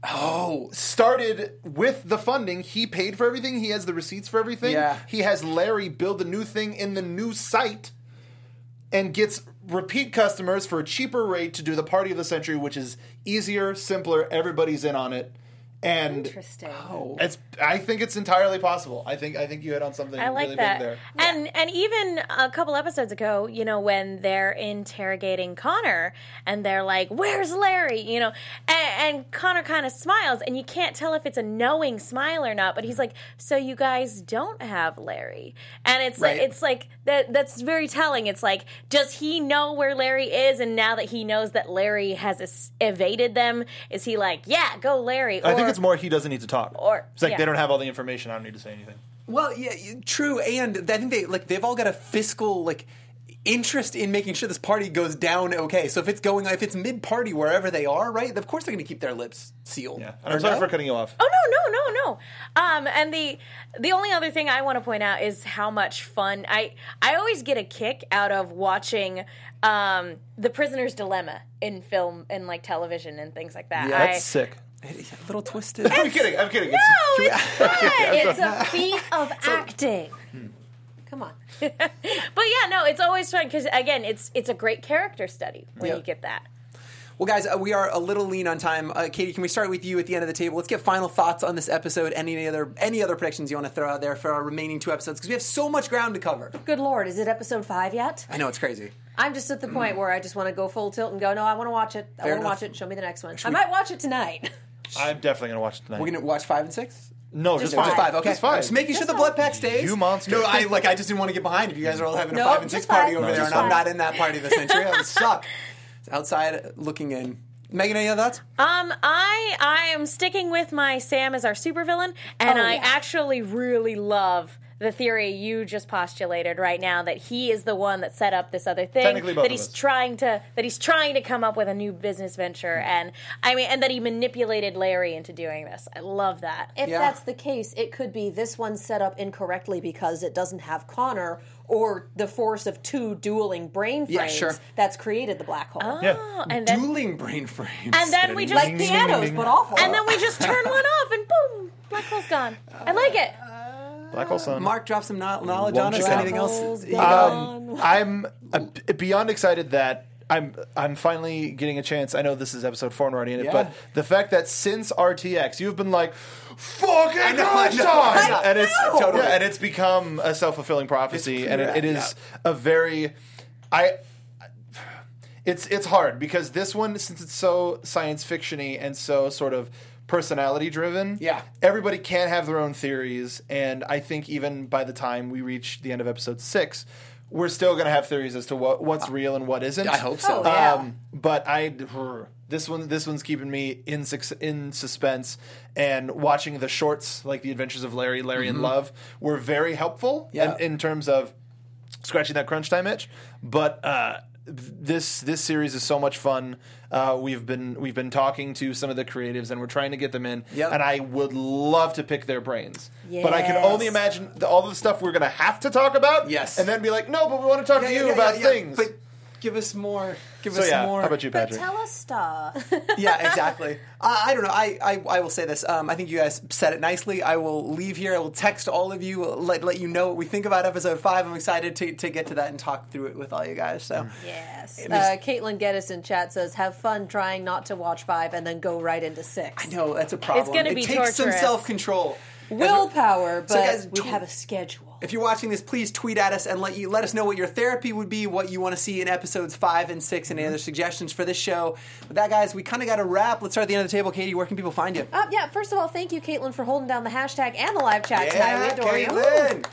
D: Oh, started with the funding. He paid for everything. He has the receipts for everything.
A: Yeah.
D: He has Larry build the new thing in the new site and gets repeat customers for a cheaper rate to do the party of the century, which is easier, simpler, everybody's in on it. And
E: Interesting.
D: it's. I think it's entirely possible. I think. I think you hit on something
E: I like
D: really
E: that.
D: big there.
E: And and even a couple episodes ago, you know, when they're interrogating Connor and they're like, "Where's Larry?" You know, and, and Connor kind of smiles, and you can't tell if it's a knowing smile or not. But he's like, "So you guys don't have Larry?" And it's
A: Right.
E: like, it's like that. That's very telling. It's like, does he know where Larry is? And now that he knows that Larry has es- evaded them, is he like, "Yeah, go Larry"? Or,
D: I think it's more he doesn't need to talk.
E: or-
D: it's like
E: yeah.
D: they don't have all the information. I don't need to say anything.
A: Well, yeah, y- true, and I think they like they've all got a fiscal like interest in making sure this party goes down okay. So if it's going, if it's mid party wherever they are, right? Of course they're going to keep their lips sealed.
D: Yeah,
A: Or
D: and I'm sorry
A: no?
D: for cutting you off.
E: Oh no, no, no, no. Um, and the the only other thing I want to point out is how much fun I I always get a kick out of watching um the prisoner's dilemma in film and like television and things like that.
D: yeah, that's
E: I-
D: sick.
A: a little twisted.
D: I'm kidding. I'm kidding.
E: No,
D: It's,
E: Oh, it's fun.
C: It's a feat of acting. Come on.
E: but yeah, no, it's always fun because again, it's it's a great character study when
A: Yeah.
E: you get that.
A: Well, guys, uh, we are a little lean on time. Uh, Katie, can we start with you at the end of the table? Let's get final thoughts on this episode. Any other any other predictions you want to throw out there for our remaining two episodes? Because we have so much ground to cover.
C: Good lord, is it episode five yet?
A: I know it's crazy.
C: I'm just at the point where I just want to go full tilt and go, no, I want to watch it. I
A: Fair
C: want to
A: enough.
C: watch it. Show me the next one. I might watch it tonight.
D: I'm definitely gonna watch it tonight.
A: We're gonna watch five and six.
D: no, just,
C: just
D: five.
A: Just five, okay.
D: Just five.
A: I'm just making sure the blood pack stays.
D: You monster.
A: No, I like. I just didn't want to get behind if you guys are all having a
C: No,
A: five and
C: just
A: six party
C: five.
A: over
C: No,
A: there,
D: just
A: and I'm
D: five.
A: not in that party this century. That would suck. It's outside looking in. Megan, any other thoughts?
E: Um, I I am sticking with my Sam as our supervillain, and
C: Oh,
E: I
C: yeah.
E: actually really love the theory you just postulated right now that he is the one that set up this other thing
D: Technically both
E: that
D: of
E: he's
D: us.
E: trying to that he's trying to come up with a new business venture, and I mean, and that he manipulated Larry into doing this. I love that.
C: If
A: Yeah.
C: that's the case, it could be this one's set up incorrectly because it doesn't have Connor or the force of two dueling brain frames
A: Yeah, sure.
C: that's created the black hole.
E: Oh, and then
A: Dueling brain frames.
E: and then we just
C: Like pianos, but awful.
E: and then we just turn one off, and boom, black hole's gone. I like it.
D: Black hole sun.
A: Mark drops some no- knowledge
D: Won't
A: on us.
D: you?
A: Anything else?
C: Holes
A: Um,
C: gone.
D: I'm uh, b- beyond excited that I'm I'm finally getting a chance. I know this is episode four and we're already in it,
A: Yeah.
D: but the fact that since RTX you've been like fucking I
A: know, I know, I know.
D: and it's
A: I know.
D: yeah, and it's become a self fulfilling prophecy,
A: It's
D: and it, it
A: correct,
D: is a very I. It's it's hard because this one since it's so science fictiony and so sort of personality driven.
A: Yeah.
D: everybody can have their own theories, and I think even by the time we reach the end of episode six, we're still going to have theories as to what what's real and what isn't.
A: Uh, I hope so.
C: Oh, yeah.
D: Um, but I this one this one's keeping me in sus- in suspense and watching the shorts like the Adventures of Larry, Larry and Love were very helpful
A: Mm-hmm. Yeah.
D: in, in terms of scratching that crunch time itch. But uh, th- this this series is so much fun. Uh, we've been we've been talking to some of the creatives and we're trying to get them in.
A: Yep.
D: And I would love to pick their brains, but I can only
C: Yes.
D: imagine the, all the stuff we're gonna have to talk about.
A: Yes.
D: and then be like, no, but we want to talk
A: Yeah,
D: to
A: yeah,
D: you
A: yeah,
D: about
A: yeah, yeah.
D: things.
A: But give us more. Give
D: so
A: us
D: yeah,
A: more.
D: how about you,
C: But
D: Patrick?
C: tell us stuff.
A: yeah, exactly. I, I don't know. I, I, I will say this. Um, I think you guys said it nicely. I will leave here. I will text all of you, let, let you know what we think about episode five. I'm excited to, to get to that and talk through it with all you guys. So,
C: yes. Uh, Caitlin Geddes in chat says, have fun trying not to watch five and then go right into six.
A: no, that's a problem.
E: gonna
A: it
E: be
A: takes some
E: torturous.
A: self control.
C: Willpower, but
A: So guys,
C: we
A: tw-
C: have a schedule.
A: If you're watching this, please tweet at us and let you let us know what your therapy would be, what you want to see in episodes five and six, and any
C: Mm-hmm.
A: other suggestions for this show. With that, guys, we kind of got to wrap. Let's start at the end of the table. Katie, where can people find you?
C: Uh, yeah, first of all, thank you, Caitlin, for holding down the hashtag and the live chat tonight. We adore you.
A: Caitlin.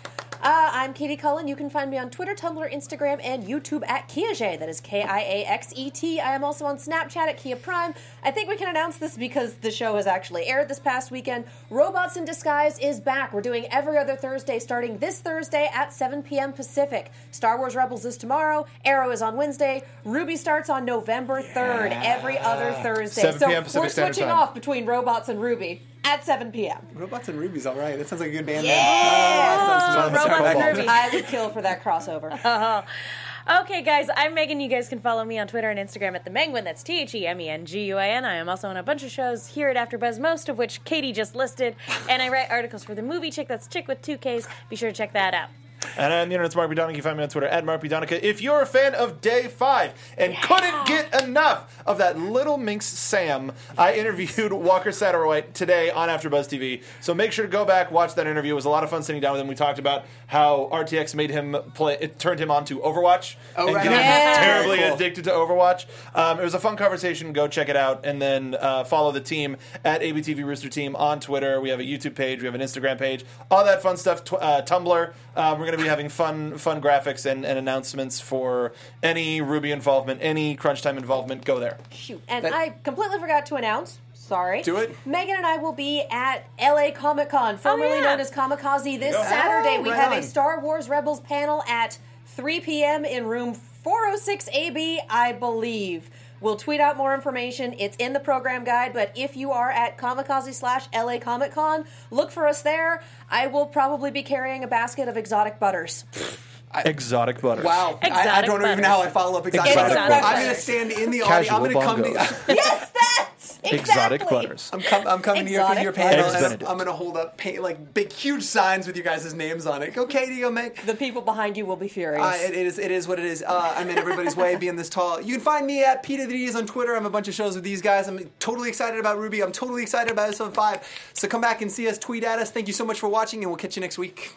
C: Uh, I'm Katie Cullen. You can find me on Twitter, Tumblr, Instagram, and YouTube at Kiaxet. That is K I A X E T. I am also on Snapchat at Kia Prime. I think we can announce this because the show has actually aired this past weekend. Robots in Disguise is back. We're doing every other Thursday starting this Thursday at 7 p.m. Pacific. Star Wars Rebels is tomorrow. Arrow is on Wednesday. Ruby starts on November 3rd, every other Thursday.
D: 7
C: so
D: p.m. Pacific
C: we're
D: Standard
C: switching
D: Time.
C: off between Robots and Ruby at 7 p.m.
A: Robots and Rubies, all right. That sounds like a good band name.
C: Yeah!
A: Sounds- sounds-
E: Robots and
A: sounds-
E: Rubies.
C: I would kill for that crossover.
E: Okay, guys, I'm Megan. You guys can follow me on Twitter and Instagram at the Menguin. That's T H E M E N G U I N. I am also on a bunch of shows here at AfterBuzz, most of which Katie just listed, and I write articles for the movie Chick. That's Chick with two Ks. Be sure to check that out.
D: And I'm the internet's Mark B. Donica. You can find me on Twitter at Mark B. Donica. If you're a fan of Day 5 and couldn't get enough of that little minx Sam, I interviewed Walker Satterwhite today on AfterBuzz TV. So make sure to go back, watch that interview. It was a lot of fun sitting down with him. We talked about how RTX made him play, it turned him on to Overwatch.
A: Oh,
D: and
A: right
D: got
A: on.
D: him
A: Yeah.
D: terribly
A: Very cool.
D: addicted to Overwatch. Um, it was a fun conversation. Go check it out, and then uh, follow the team at ABTV Rooster Team on Twitter. We have a YouTube page, we have an Instagram page, all that fun stuff. Tw- uh, Tumblr. Uh, we're going to be having fun, fun graphics and, and announcements for any Ruby involvement, any Crunch Time involvement. Go there.
C: Shoot. And
A: That-
C: I completely forgot to announce. Sorry.
A: Do it.
C: Megan and I will be at LA Comic
D: Oh,
C: Con, formerly
E: yeah.
C: known as Kamikaze, this Saturday.
A: Oh,
C: we
A: right
C: have
A: on.
C: a Star Wars Rebels panel at 3 p.m. in room 406 AB, I believe. We'll tweet out more information. It's in the program guide, but if you are at Kamikaze slash LA Comic Con, look for us there. I will probably be carrying a basket of exotic butters.
D: Exotic butter.
A: Wow, I, I
E: Exotic
A: don't even
E: butters.
A: know how I follow up exactly.
D: Exotic butters.
A: I'm going to stand in the audience.
D: Casual
A: I'm going to come.
D: bongos.
A: To,
C: yes, that's exactly.
D: Exotic butters.
A: I'm, com- I'm coming to your,
C: Exotic
A: your panel,
D: Eggs
A: and I'm,
D: Benedict.
A: I'm going to hold up pa- like big, huge signs with you guys' names on it. Go, Katie, go make.
C: The people behind you will be furious.
A: Uh, it is. It is what it is. Uh, I'm in everybody's way, being this tall. You can find me at Peter the D's on Twitter. I'm a bunch of shows with these guys. I'm totally excited about Ruby. I'm totally excited about episode five. So come back and see us. Tweet at us. Thank you so much for watching, and we'll catch you next week.